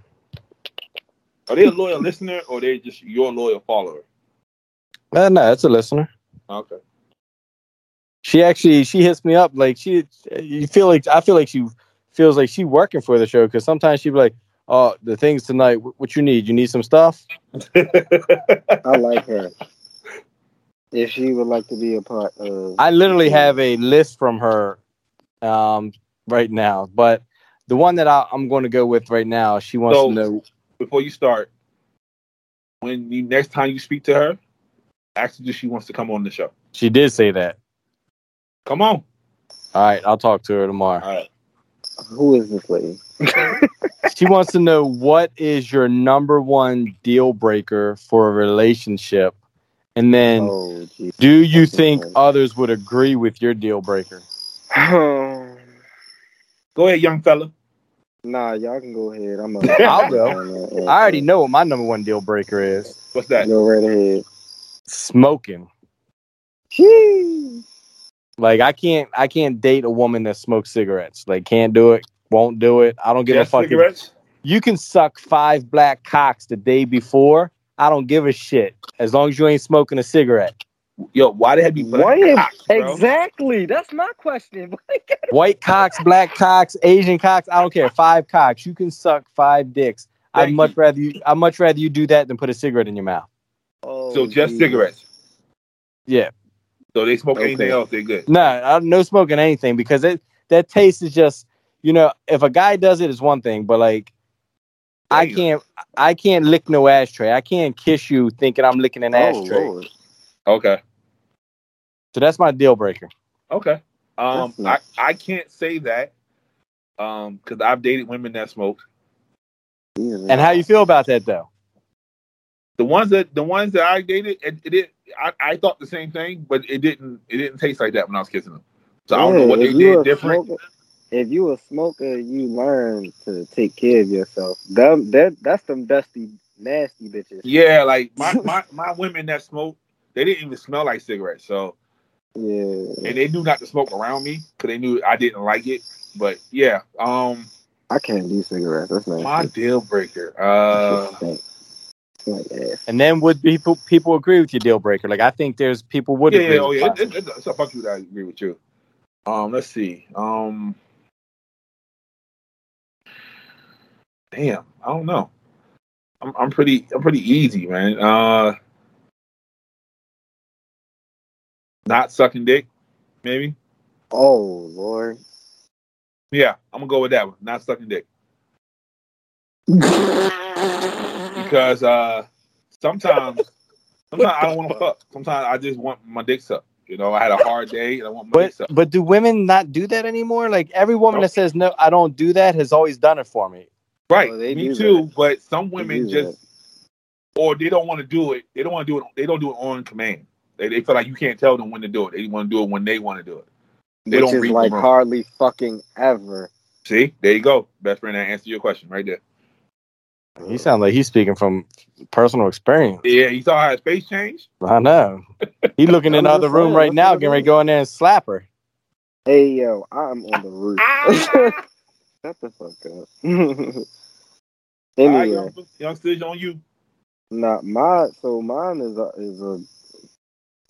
[SPEAKER 2] Are they a loyal listener or they just your loyal follower?
[SPEAKER 4] uh, no, it's a listener.
[SPEAKER 2] Okay.
[SPEAKER 4] She actually she hits me up like she you feel like I feel like she feels like she working for the show because sometimes she be like, Oh, the things tonight, wh- what you need? You need some stuff?
[SPEAKER 3] I like her. If she would like to be a part of,
[SPEAKER 4] I literally have a list from her um, right now, but the one that I, I'm going to go with right now, she wants
[SPEAKER 2] So-
[SPEAKER 4] to know.
[SPEAKER 2] Before you start, when you next time you speak to her, ask her if she wants to come on the show.
[SPEAKER 4] She did say that.
[SPEAKER 2] Come on.
[SPEAKER 4] All right, I'll talk to her
[SPEAKER 2] All
[SPEAKER 4] tomorrow.
[SPEAKER 2] right.
[SPEAKER 3] who is this lady?
[SPEAKER 4] She wants to know what is your number one deal breaker for a relationship, and then
[SPEAKER 3] oh, jeez.
[SPEAKER 4] do you think
[SPEAKER 3] okay.
[SPEAKER 4] others would agree with your deal breaker?
[SPEAKER 2] Go ahead, young fella.
[SPEAKER 3] Um, nah, y'all can go ahead. I'm. A,
[SPEAKER 4] I'll go. I already know what my number one deal breaker is:
[SPEAKER 2] What's that?
[SPEAKER 3] Go right ahead.
[SPEAKER 4] smoking.
[SPEAKER 3] Sheesh.
[SPEAKER 4] Like I can't, I can't date a woman that smokes cigarettes. Like can't do it, won't do it. I don't give a
[SPEAKER 2] Just
[SPEAKER 4] fuck. if-
[SPEAKER 2] cigarettes?
[SPEAKER 4] You can suck five black cocks the day before. I don't give a shit as long as you ain't smoking a cigarette.
[SPEAKER 2] Yo, why they had me
[SPEAKER 3] Why
[SPEAKER 2] black
[SPEAKER 3] am-
[SPEAKER 2] cocks, bro?
[SPEAKER 3] Exactly. That's my question.
[SPEAKER 4] White cocks, black cocks, Asian cocks. I don't care. Five cocks. You can suck five dicks. I'd
[SPEAKER 2] Thank
[SPEAKER 4] much
[SPEAKER 2] you.
[SPEAKER 4] rather you. I'd much rather you do that than put a cigarette in your mouth.
[SPEAKER 3] Oh,
[SPEAKER 2] So just
[SPEAKER 3] jeez.
[SPEAKER 2] cigarettes.
[SPEAKER 4] Yeah.
[SPEAKER 2] So they smoke
[SPEAKER 3] Okay.
[SPEAKER 2] anything else, they good.
[SPEAKER 4] No, I, no smoking anything because it that taste is just. You know, if a guy does it, it's one thing, but like I
[SPEAKER 2] Damn.
[SPEAKER 4] can't. I can't lick no ashtray. I can't kiss you thinking I'm licking an
[SPEAKER 3] Oh,
[SPEAKER 4] ashtray.
[SPEAKER 3] Lord.
[SPEAKER 2] Okay.
[SPEAKER 4] So that's my deal breaker.
[SPEAKER 2] Okay. Um,
[SPEAKER 3] That's
[SPEAKER 2] I,
[SPEAKER 3] nice.
[SPEAKER 2] I can't say that. Um, because I've dated women that smoked.
[SPEAKER 3] Jesus.
[SPEAKER 4] And how you feel about that though?
[SPEAKER 2] The ones that the ones that I dated, it, it, did- I, I thought the same thing, but it didn't it didn't taste like that when I was kissing them. So I don't know
[SPEAKER 3] Yeah,
[SPEAKER 2] what they
[SPEAKER 3] if you
[SPEAKER 2] did
[SPEAKER 3] a
[SPEAKER 2] different.
[SPEAKER 3] smoker- if you a smoker, you learn to take care of yourself. Them, that, that's them dusty, nasty bitches.
[SPEAKER 2] Yeah, like my, my my women that smoked, they didn't even smell like cigarettes. So
[SPEAKER 3] Yeah,
[SPEAKER 2] and they knew not to smoke around me because they knew I didn't like it. But yeah, um,
[SPEAKER 3] I can't do cigarettes. That's nasty.
[SPEAKER 2] my deal breaker. Uh,
[SPEAKER 3] Like ass.
[SPEAKER 4] And then would people people agree with your deal breaker? Like I think there's people would
[SPEAKER 2] yeah,
[SPEAKER 4] agree.
[SPEAKER 2] yeah, oh
[SPEAKER 4] with
[SPEAKER 2] yeah.
[SPEAKER 4] that.
[SPEAKER 2] It, it, it's a fuck you that I agree with you. Um, let's see. Um, damn, I don't know. I'm I'm pretty I'm pretty easy, man. Uh, not sucking dick, maybe.
[SPEAKER 3] Oh Lord,
[SPEAKER 2] Yeah, I'm gonna go with that one. Not sucking dick. because uh, sometimes, sometimes I don't want to fuck. Sometimes I just want my dick sucked. You know, I had a hard day and I want my dick
[SPEAKER 4] But
[SPEAKER 2] sucked.
[SPEAKER 4] but do women not do that anymore? Like every woman
[SPEAKER 2] Nope.
[SPEAKER 4] that says no, I don't do that has always done it for me.
[SPEAKER 2] Right,
[SPEAKER 3] Oh, they
[SPEAKER 2] me
[SPEAKER 3] do
[SPEAKER 2] too.
[SPEAKER 3] that.
[SPEAKER 2] But some
[SPEAKER 3] do
[SPEAKER 2] women just, or they don't want to do it. They don't want to do it. They don't do it on command. They, they feel like you can't tell them when to do it. They want to do it when they want to do it. They
[SPEAKER 3] Which
[SPEAKER 2] don't
[SPEAKER 3] is
[SPEAKER 2] read the
[SPEAKER 3] like
[SPEAKER 2] room.
[SPEAKER 3] hardly fucking ever.
[SPEAKER 2] See, there you go, best friend. That answered your question right there.
[SPEAKER 4] He sounds like he's speaking from personal experience.
[SPEAKER 2] Yeah, you saw how his face changed.
[SPEAKER 4] I know. He looking in the
[SPEAKER 3] I'm
[SPEAKER 4] other
[SPEAKER 3] just
[SPEAKER 4] room
[SPEAKER 3] saying,
[SPEAKER 4] right
[SPEAKER 3] that's
[SPEAKER 4] now,
[SPEAKER 3] what it
[SPEAKER 4] getting ready
[SPEAKER 3] is.
[SPEAKER 4] to go in there and slap her.
[SPEAKER 3] Hey yo, I'm on the roof.
[SPEAKER 2] Ah!
[SPEAKER 3] Shut the fuck up.
[SPEAKER 2] All right,
[SPEAKER 3] anyway,
[SPEAKER 2] young- youngsters, on you.
[SPEAKER 3] nah, my so mine is a, is a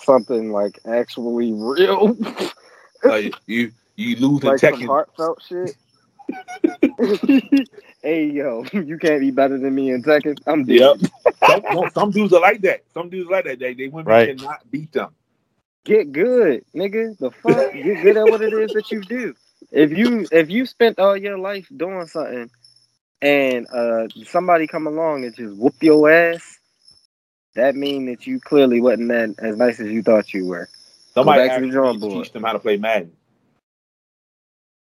[SPEAKER 3] something like actually real,
[SPEAKER 2] Like, you you lose
[SPEAKER 3] like
[SPEAKER 2] the
[SPEAKER 3] some
[SPEAKER 2] tech.
[SPEAKER 3] heartfelt shit. hey yo, you can't be better than me in Tekken. I'm dead.
[SPEAKER 2] Yep. some, no, some dudes are like that. Some dudes are like that. They they women
[SPEAKER 4] Right.
[SPEAKER 2] cannot beat them.
[SPEAKER 3] Get good, nigga. The fuck, get good at what it is that you do. If you if you spent all your life doing something, and uh somebody come along and just whoop your ass, that mean that you clearly wasn't that as nice as you thought you were.
[SPEAKER 2] Somebody
[SPEAKER 3] back to the
[SPEAKER 2] actually
[SPEAKER 3] drawing
[SPEAKER 2] needs to
[SPEAKER 3] board.
[SPEAKER 2] teach them how to play Madden.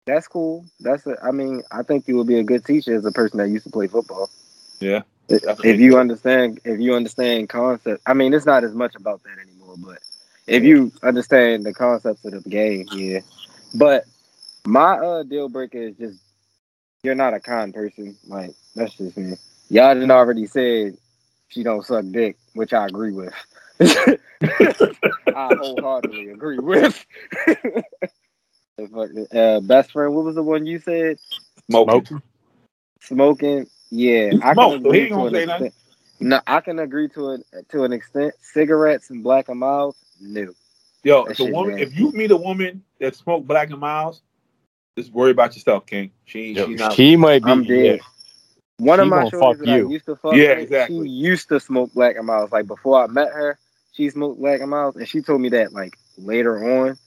[SPEAKER 3] That's cool. That's a, I mean, I think you will be a good teacher as a person that used to play football.
[SPEAKER 2] Yeah,
[SPEAKER 3] If if you understand, if you understand concept, I mean, it's not as much about that anymore. But if you understand the concepts of the game, yeah. But my uh, deal breaker is just you're not a kind person. Like that's just me. Y'all done already said she don't suck dick, which I agree with. I wholeheartedly agree with. uh, best friend, what was the one you said?
[SPEAKER 2] Smoking.
[SPEAKER 3] smoking. Yeah, I
[SPEAKER 2] Smoke,
[SPEAKER 3] can
[SPEAKER 2] so he
[SPEAKER 3] agree
[SPEAKER 2] ain't
[SPEAKER 3] to
[SPEAKER 2] gonna
[SPEAKER 3] an
[SPEAKER 2] say nothing.
[SPEAKER 3] extent. No, I can agree to it to an extent. Cigarettes and black and mild, no.
[SPEAKER 2] Yo,
[SPEAKER 3] That
[SPEAKER 2] if, a
[SPEAKER 3] shit
[SPEAKER 2] woman,
[SPEAKER 3] nasty.
[SPEAKER 2] if you meet a woman that smoke black and miles, just worry about yourself, King. She
[SPEAKER 4] Yo,
[SPEAKER 2] she not.
[SPEAKER 4] she might be.
[SPEAKER 3] I'm dead. One
[SPEAKER 4] She
[SPEAKER 3] of my
[SPEAKER 4] gonna
[SPEAKER 3] shorties
[SPEAKER 4] fuck
[SPEAKER 3] that
[SPEAKER 4] you.
[SPEAKER 3] I used to fuck
[SPEAKER 2] Yeah,
[SPEAKER 3] with,
[SPEAKER 2] exactly.
[SPEAKER 3] she used to smoke black and miles. Like before I met her, she smoked black and miles, and she told me that like later on,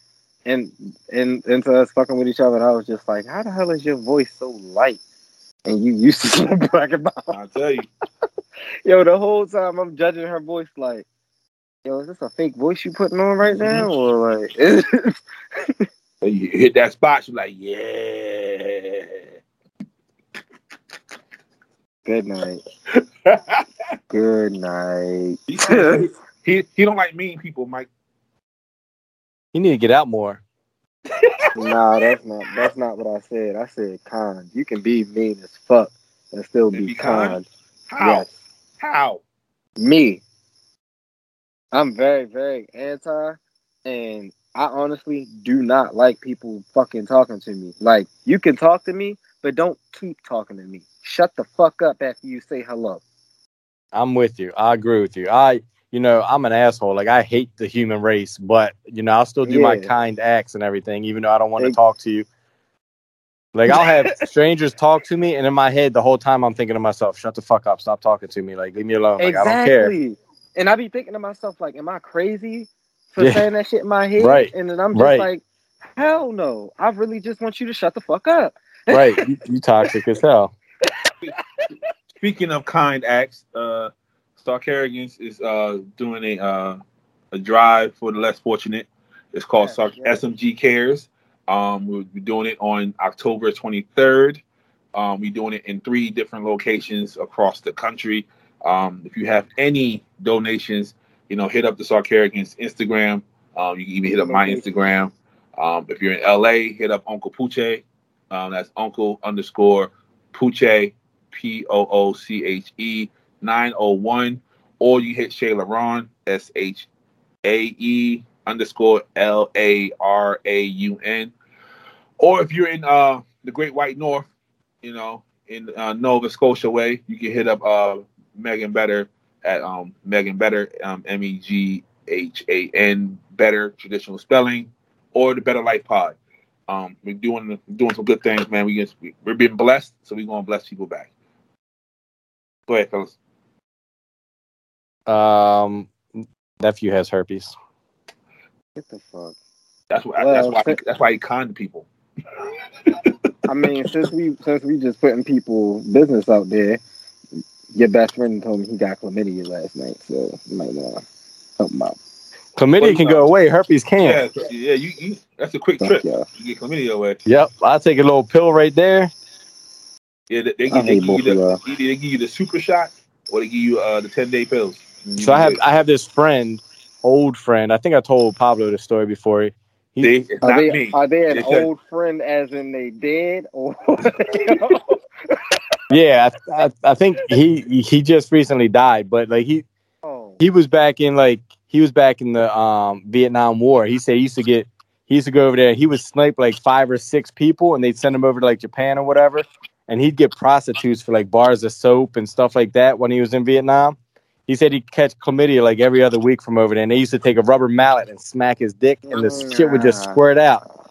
[SPEAKER 3] and and into us fucking with each other, and I was just like, how the hell is your voice so light? And you used to smoke black and miles.
[SPEAKER 2] I tell you,
[SPEAKER 3] Yo, the whole time I'm judging her voice like, yo, is this a fake voice you putting on right now? Or like
[SPEAKER 2] when you hit that spot. She's like, yeah.
[SPEAKER 3] Good night. Good night.
[SPEAKER 2] he, he, he- he don't like mean people, Mike.
[SPEAKER 4] You need to get out more.
[SPEAKER 3] nah, that's not that's not what I said. I said kind. You can be mean as fuck and still
[SPEAKER 2] And
[SPEAKER 3] be,
[SPEAKER 2] be
[SPEAKER 3] kind.
[SPEAKER 2] kind? How?
[SPEAKER 3] Yes.
[SPEAKER 2] How?
[SPEAKER 3] Me. I'm very, very anti and I honestly do not like people fucking talking to me. Like you can talk to me, but don't keep talking to me. Shut the fuck up after you say hello.
[SPEAKER 4] I'm with you. I agree with you. I, you know, I'm an asshole. Like I hate the human race, but you know, I'll still do my
[SPEAKER 3] Yeah.
[SPEAKER 4] kind acts and everything, even though I don't want to
[SPEAKER 3] Ex-
[SPEAKER 4] talk to you. Like I'll have strangers talk to me, and in my head, the whole time I'm thinking to myself, "Shut the fuck up! Stop talking to me! Like leave me alone! Like I don't care."
[SPEAKER 3] Exactly. And I be thinking to myself, like, am I crazy for
[SPEAKER 4] Yeah.
[SPEAKER 3] saying that shit in my head?
[SPEAKER 4] Right.
[SPEAKER 3] And then I'm just
[SPEAKER 4] Right.
[SPEAKER 3] like, hell no. I really just want you to shut the fuck up.
[SPEAKER 4] right? You, you toxic as hell.
[SPEAKER 2] Speaking of kind acts, uh, Star Kerrigan's is uh, doing a uh, a drive for the less fortunate. It's called
[SPEAKER 3] Yes,
[SPEAKER 2] Sar-
[SPEAKER 3] yes.
[SPEAKER 2] SMG Cares. Um, we'll be doing it on October 23rd. Um, we're doing it in three different locations across the country. Um, if you have any donations, you know, hit up the Star Kerrigan's Instagram. Um, you can even hit up my Instagram. Um, if you're in LA, hit up Uncle Puche. Um, that's Uncle underscore Puche, P O O C H E 901, or you hit Shay Laron, S H A E underscore L A R A U N. Or if you're in uh, the Great White North, you know, in uh, Nova Scotia way, you can hit up uh, Megan Better at um, Megan Better, um, M E G H A N Better traditional spelling, or the Better Life Pod. Um, we're doing doing some good things, man. We just, we, we're being blessed, so we're gonna bless people back. Go ahead, fellas.
[SPEAKER 4] Um, nephew has herpes.
[SPEAKER 3] Get the fuck.
[SPEAKER 2] That's why.
[SPEAKER 3] Well,
[SPEAKER 2] that's why. He,
[SPEAKER 3] si-
[SPEAKER 2] that's why he conned people.
[SPEAKER 3] I mean, since we since we just putting people business out there, your best friend told me he got chlamydia last night, so you might want to help him out.
[SPEAKER 4] Chlamydia
[SPEAKER 2] Well,
[SPEAKER 4] can
[SPEAKER 2] no.
[SPEAKER 4] go away. Herpes
[SPEAKER 2] Yeah,
[SPEAKER 4] can't.
[SPEAKER 2] so- yeah. You, you that's a quick
[SPEAKER 3] Thank
[SPEAKER 2] trip.
[SPEAKER 3] y'all.
[SPEAKER 2] You get chlamydia away.
[SPEAKER 4] Yep. I take a little pill right there.
[SPEAKER 2] Yeah, they, they,
[SPEAKER 3] I
[SPEAKER 2] give- they
[SPEAKER 3] hate
[SPEAKER 2] give
[SPEAKER 3] both
[SPEAKER 2] you the,
[SPEAKER 3] of y'all.
[SPEAKER 2] either they give you the super shot or they give you uh, the ten day pills. You
[SPEAKER 4] So I have
[SPEAKER 2] wait.
[SPEAKER 4] I have this friend, old friend. I think I told Pablo this story before. He,
[SPEAKER 2] See, it's
[SPEAKER 3] Are
[SPEAKER 2] not
[SPEAKER 3] they,
[SPEAKER 2] me.
[SPEAKER 3] are they an
[SPEAKER 2] It's her.
[SPEAKER 3] old friend as in they dead or
[SPEAKER 4] yeah, I, I, I think he he just recently died, but like he
[SPEAKER 3] oh,
[SPEAKER 4] he was back in like he was back in the um Vietnam War. He said he used to get he used to go over there. He would snipe like five or six people, and they'd send him over to like Japan or whatever. And he'd get prostitutes for like bars of soap and stuff like that when he was in Vietnam. He said he'd catch chlamydia like every other week from over there, and they used to take a rubber mallet and smack his dick, and the shit would just squirt out.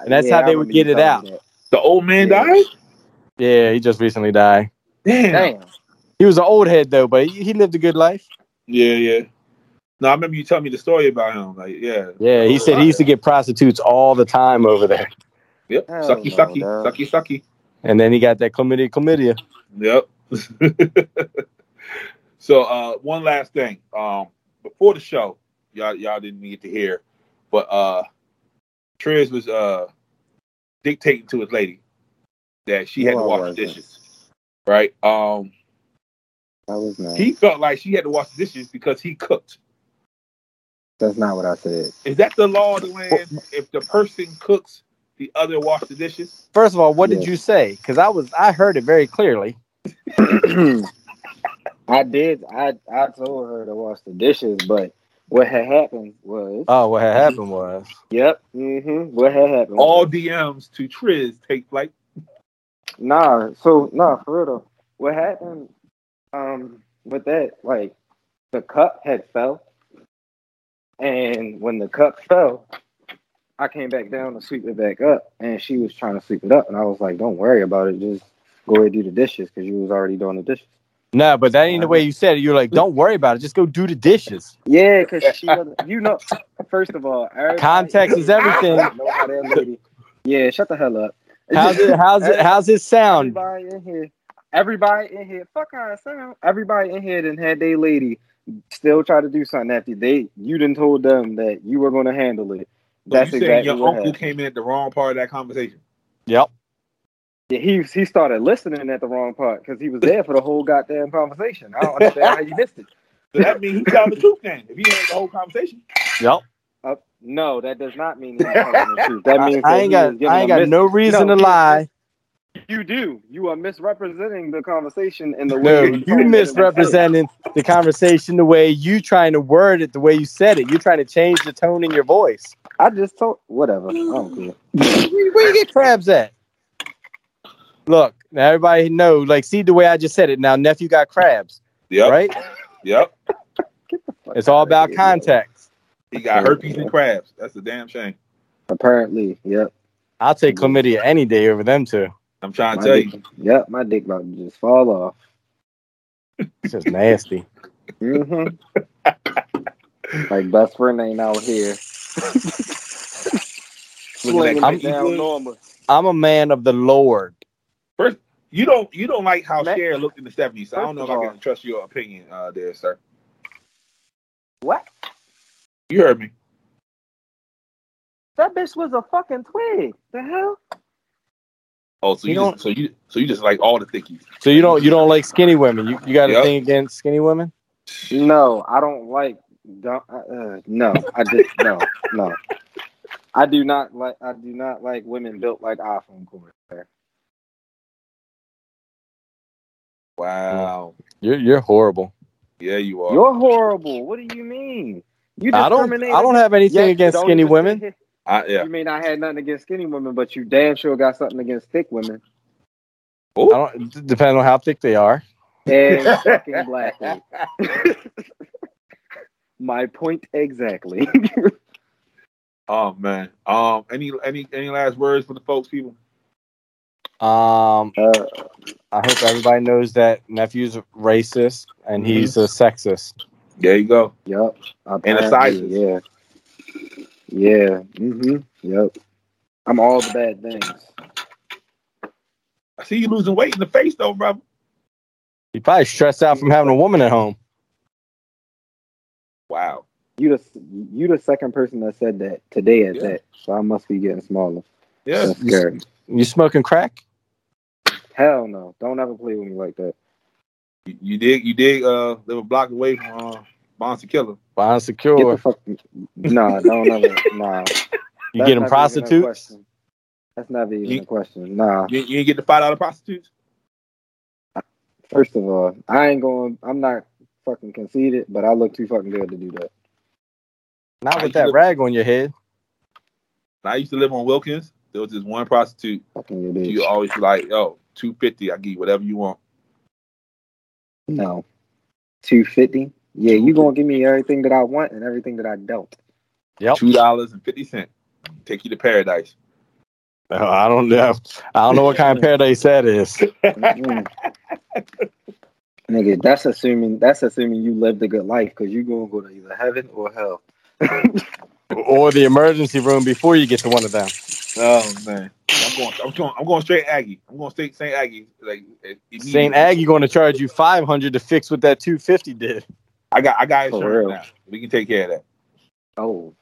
[SPEAKER 4] And that's how
[SPEAKER 3] I
[SPEAKER 4] they would
[SPEAKER 3] remember
[SPEAKER 4] get
[SPEAKER 3] you
[SPEAKER 4] it out.
[SPEAKER 3] telling me
[SPEAKER 2] The old man
[SPEAKER 3] Yeah.
[SPEAKER 2] died.
[SPEAKER 4] Yeah, he just recently died.
[SPEAKER 2] Damn.
[SPEAKER 3] that. Damn.
[SPEAKER 4] He was an old head though, but he he lived a good life.
[SPEAKER 2] Yeah, yeah. No, I remember you telling me the story about him. Like, yeah,
[SPEAKER 4] Yeah, he said he used to get prostitutes all the time over there.
[SPEAKER 2] yep.
[SPEAKER 3] Hell
[SPEAKER 2] Sucky,
[SPEAKER 3] no,
[SPEAKER 2] sucky,
[SPEAKER 3] dog.
[SPEAKER 2] sucky, sucky.
[SPEAKER 4] And then he got that chlamydia, chlamydia.
[SPEAKER 2] Yep. so uh one last thing. Um before the show, y'all y'all didn't get to hear, but uh Triz was uh dictating to his lady that she had
[SPEAKER 3] No,
[SPEAKER 2] to
[SPEAKER 3] I
[SPEAKER 2] wash
[SPEAKER 3] wasn't.
[SPEAKER 2] the dishes. Right? Um
[SPEAKER 3] That was not.
[SPEAKER 2] he felt like she had to wash the dishes because he cooked.
[SPEAKER 3] That's not what I said.
[SPEAKER 2] Is that the law of the land? If the person cooks, the other wash the dishes?
[SPEAKER 4] First of all, what did
[SPEAKER 3] Yeah.
[SPEAKER 4] you say? Because I was I heard it very clearly.
[SPEAKER 3] I did. I I told her to wash the dishes, but what had happened was.
[SPEAKER 4] Oh, what had happened was
[SPEAKER 3] Yep. Mm-hmm. What had happened?
[SPEAKER 2] All DMs to Triz take flight.
[SPEAKER 3] Nah, so nah, for real though. What happened um with that, like the cup had fell. And when the cup fell, I came back down to sweep it back up and she was trying to sweep it up and I was like, Don't worry about it, just go ahead and do the dishes because you was already doing the dishes.
[SPEAKER 4] no, but that ain't the way you said it. You're like, don't worry about it. Just go do the dishes.
[SPEAKER 3] Yeah, because she doesn't you know first of all, everybody-
[SPEAKER 4] Context is everything.
[SPEAKER 3] Know how that lady- Yeah, shut the hell up.
[SPEAKER 4] How's it? How's it? How's it sound?
[SPEAKER 3] Everybody in here, everybody in here, fuck how I sound. Everybody in here done had they lady still try to do something after they you didn't told them that you were going to handle it.
[SPEAKER 2] So
[SPEAKER 3] That's
[SPEAKER 2] you saying
[SPEAKER 3] exactly
[SPEAKER 2] your
[SPEAKER 3] what
[SPEAKER 2] uncle
[SPEAKER 3] happened.
[SPEAKER 2] came in at the wrong part of that conversation?
[SPEAKER 4] Yep.
[SPEAKER 3] Yeah, he he started listening at the wrong part because he was there for the whole goddamn conversation. I don't understand how you missed it.
[SPEAKER 2] So that means he telling the truth then. If he heard the whole conversation,
[SPEAKER 4] Yep.
[SPEAKER 3] Uh, no, that does not mean he's telling the truth. That means
[SPEAKER 4] I,
[SPEAKER 3] that
[SPEAKER 4] I ain't
[SPEAKER 3] he is
[SPEAKER 4] got.
[SPEAKER 3] giving
[SPEAKER 4] I ain't
[SPEAKER 3] a
[SPEAKER 4] got
[SPEAKER 3] mis-
[SPEAKER 4] no reason
[SPEAKER 3] No,
[SPEAKER 4] to
[SPEAKER 3] he-
[SPEAKER 4] lie.
[SPEAKER 3] You do. You are misrepresenting the conversation in the
[SPEAKER 4] No,
[SPEAKER 3] way
[SPEAKER 4] you misrepresenting the conversation the way you trying to word it, the way you said it. You're trying to change the tone in your voice.
[SPEAKER 3] I just told whatever. I don't care.
[SPEAKER 4] Where where you get crabs at? Look, now everybody know. Like, see the way I just said it. Now nephew got crabs,
[SPEAKER 2] yep,
[SPEAKER 4] right?
[SPEAKER 2] yep,
[SPEAKER 4] It's all about
[SPEAKER 3] Apparently,
[SPEAKER 4] context.
[SPEAKER 2] he got herpes and crabs. That's a damn shame.
[SPEAKER 3] Apparently, yep.
[SPEAKER 4] I'll take chlamydia any day over them two.
[SPEAKER 2] I'm trying
[SPEAKER 3] My
[SPEAKER 2] to tell
[SPEAKER 3] dick-
[SPEAKER 2] you.
[SPEAKER 3] Yep, my dick about to just fall off.
[SPEAKER 4] It's just nasty.
[SPEAKER 3] hmm Mm-hmm. like best friend ain't out here. Slinging
[SPEAKER 2] I'm-
[SPEAKER 3] it down normal.
[SPEAKER 4] I'm a man of the Lord.
[SPEAKER 2] You don't you don't like how
[SPEAKER 3] Ma-
[SPEAKER 2] Cher looked in the Stephanie, so I don't know if
[SPEAKER 3] First
[SPEAKER 2] I
[SPEAKER 3] of
[SPEAKER 2] can
[SPEAKER 3] all-
[SPEAKER 2] trust your opinion uh, there, sir.
[SPEAKER 3] What?
[SPEAKER 2] You heard me.
[SPEAKER 3] That bitch was a fucking twig. The hell?
[SPEAKER 2] Oh, so you,
[SPEAKER 4] You don't-
[SPEAKER 2] just, so you so you just like all the thickies.
[SPEAKER 4] So you don't you don't like skinny women. You you got a
[SPEAKER 2] Yep.
[SPEAKER 4] thing against skinny women?
[SPEAKER 3] No, I don't like. Don't, uh, no, I just no, no. I do not like. I do not like women built like iPhone cords.
[SPEAKER 2] Wow.
[SPEAKER 4] You're you're horrible.
[SPEAKER 2] Yeah, you are.
[SPEAKER 3] You're horrible. What do you mean? You
[SPEAKER 4] I don't
[SPEAKER 3] discriminate
[SPEAKER 4] I don't have anything
[SPEAKER 3] Yes, you
[SPEAKER 4] against
[SPEAKER 3] don't
[SPEAKER 4] skinny
[SPEAKER 3] even sit
[SPEAKER 4] women.
[SPEAKER 3] here-
[SPEAKER 2] I, yeah.
[SPEAKER 3] You mean I had nothing against skinny women, but you damn sure got something against thick women
[SPEAKER 4] I don't d- depend on how thick they are.
[SPEAKER 3] and fucking black women. My point exactly.
[SPEAKER 2] Oh man. Um. Any any any last words for the folks, people?
[SPEAKER 4] Um
[SPEAKER 3] Uh,
[SPEAKER 4] I hope everybody knows that nephew's racist and he's a sexist.
[SPEAKER 2] There you go.
[SPEAKER 3] yep.
[SPEAKER 2] And the sizes.
[SPEAKER 3] Yeah. Yeah. Mm-hmm. Yep. I'm all the bad things.
[SPEAKER 2] I see you losing weight in the face though, brother.
[SPEAKER 4] He probably stressed out from having a woman at home.
[SPEAKER 2] Wow.
[SPEAKER 3] You the you the second person that said that today at
[SPEAKER 2] Yeah.
[SPEAKER 3] that, so I must be getting smaller.
[SPEAKER 2] Yeah.
[SPEAKER 3] That's scary.
[SPEAKER 4] You smoking crack?
[SPEAKER 3] Hell no! Don't ever play with me like that.
[SPEAKER 2] You, you did. You did. Uh, live a block away from uh, Bonsa Killer.
[SPEAKER 4] Bond
[SPEAKER 3] Get the
[SPEAKER 4] secure.
[SPEAKER 3] fuck. Nah, don't ever. Nah. That's
[SPEAKER 4] You getting
[SPEAKER 3] not even a
[SPEAKER 4] prostitutes?
[SPEAKER 3] question. That's never even
[SPEAKER 2] You-
[SPEAKER 3] a question. Nah.
[SPEAKER 2] You, you didn't get the five dollar prostitutes.
[SPEAKER 3] First of all, I ain't going. I'm not fucking conceited, but I look too fucking good to do that.
[SPEAKER 4] Not with that rag on your head.
[SPEAKER 2] When I used to live on Wilkins. There was this one prostitute.
[SPEAKER 3] Fucking you,
[SPEAKER 2] She
[SPEAKER 3] bitch.
[SPEAKER 2] always like, "Yo, two fifty. I give you whatever you want."
[SPEAKER 3] No. Two fifty. Yeah, you gonna give me everything that I want and everything that I don't.
[SPEAKER 4] Yep.
[SPEAKER 2] Two dollars and fifty cent. Take you to paradise.
[SPEAKER 4] Oh, I don't know. I don't know what kind of paradise that is.
[SPEAKER 3] Mm-mm. Nigga, that's assuming that's assuming you lived a good life because you gonna go to either heaven or hell.
[SPEAKER 4] Or the emergency room before you get to one of them.
[SPEAKER 2] Oh man, I'm going. I'm going. I'm going straight Aggie. I'm going straight St. Aggie. Like it- it needs-
[SPEAKER 4] St. Aggie going to charge you 500 to fix what that 250 did.
[SPEAKER 2] I got. I got
[SPEAKER 3] For
[SPEAKER 2] insurance
[SPEAKER 3] real.
[SPEAKER 2] now. We can take care of that.
[SPEAKER 3] Oh,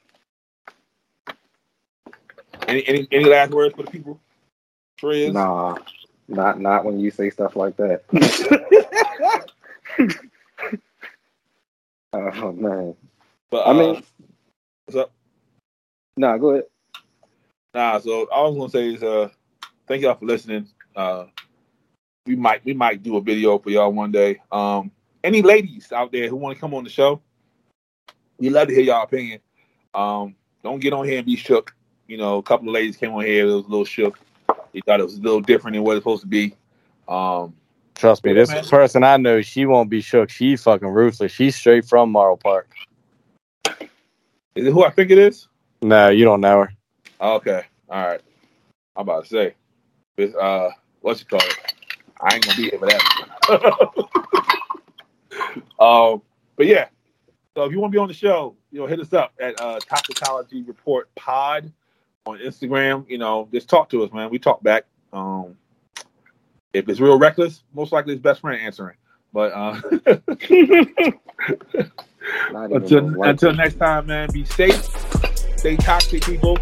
[SPEAKER 2] Any any, any last words for the people? Trez.
[SPEAKER 3] nah, not not when you say stuff like that. oh man,
[SPEAKER 2] But, uh,
[SPEAKER 3] I mean,
[SPEAKER 2] what's up?
[SPEAKER 3] nah, go ahead.
[SPEAKER 2] Nah, so all I was gonna say is uh thank y'all for listening. Uh we might we might do a video for y'all one day. Um any ladies out there who wanna come on the show, we love to hear y'all opinion. Um don't get on here and be shook. You know, a couple of ladies came on here, it was a little shook. They thought it was a little different than what it's supposed to be. Um
[SPEAKER 4] Trust me, this person I know, she won't be shook. She fucking ruthless. She's straight from Marl Park.
[SPEAKER 2] is it who I think it is?
[SPEAKER 4] No, you don't know her.
[SPEAKER 2] Okay. All right. I'm about to say. This uh what you call it? I ain't gonna be here for that. um but yeah. So if you wanna be on the show, you know, hit us up at uh toxicology report pod on Instagram, you know, just talk to us, man. We talk back. Um if it's real reckless, most likely it's best friend answering. But uh
[SPEAKER 3] Not even
[SPEAKER 2] until
[SPEAKER 3] gonna like
[SPEAKER 2] until next time, man. Be safe. Stay toxic, people.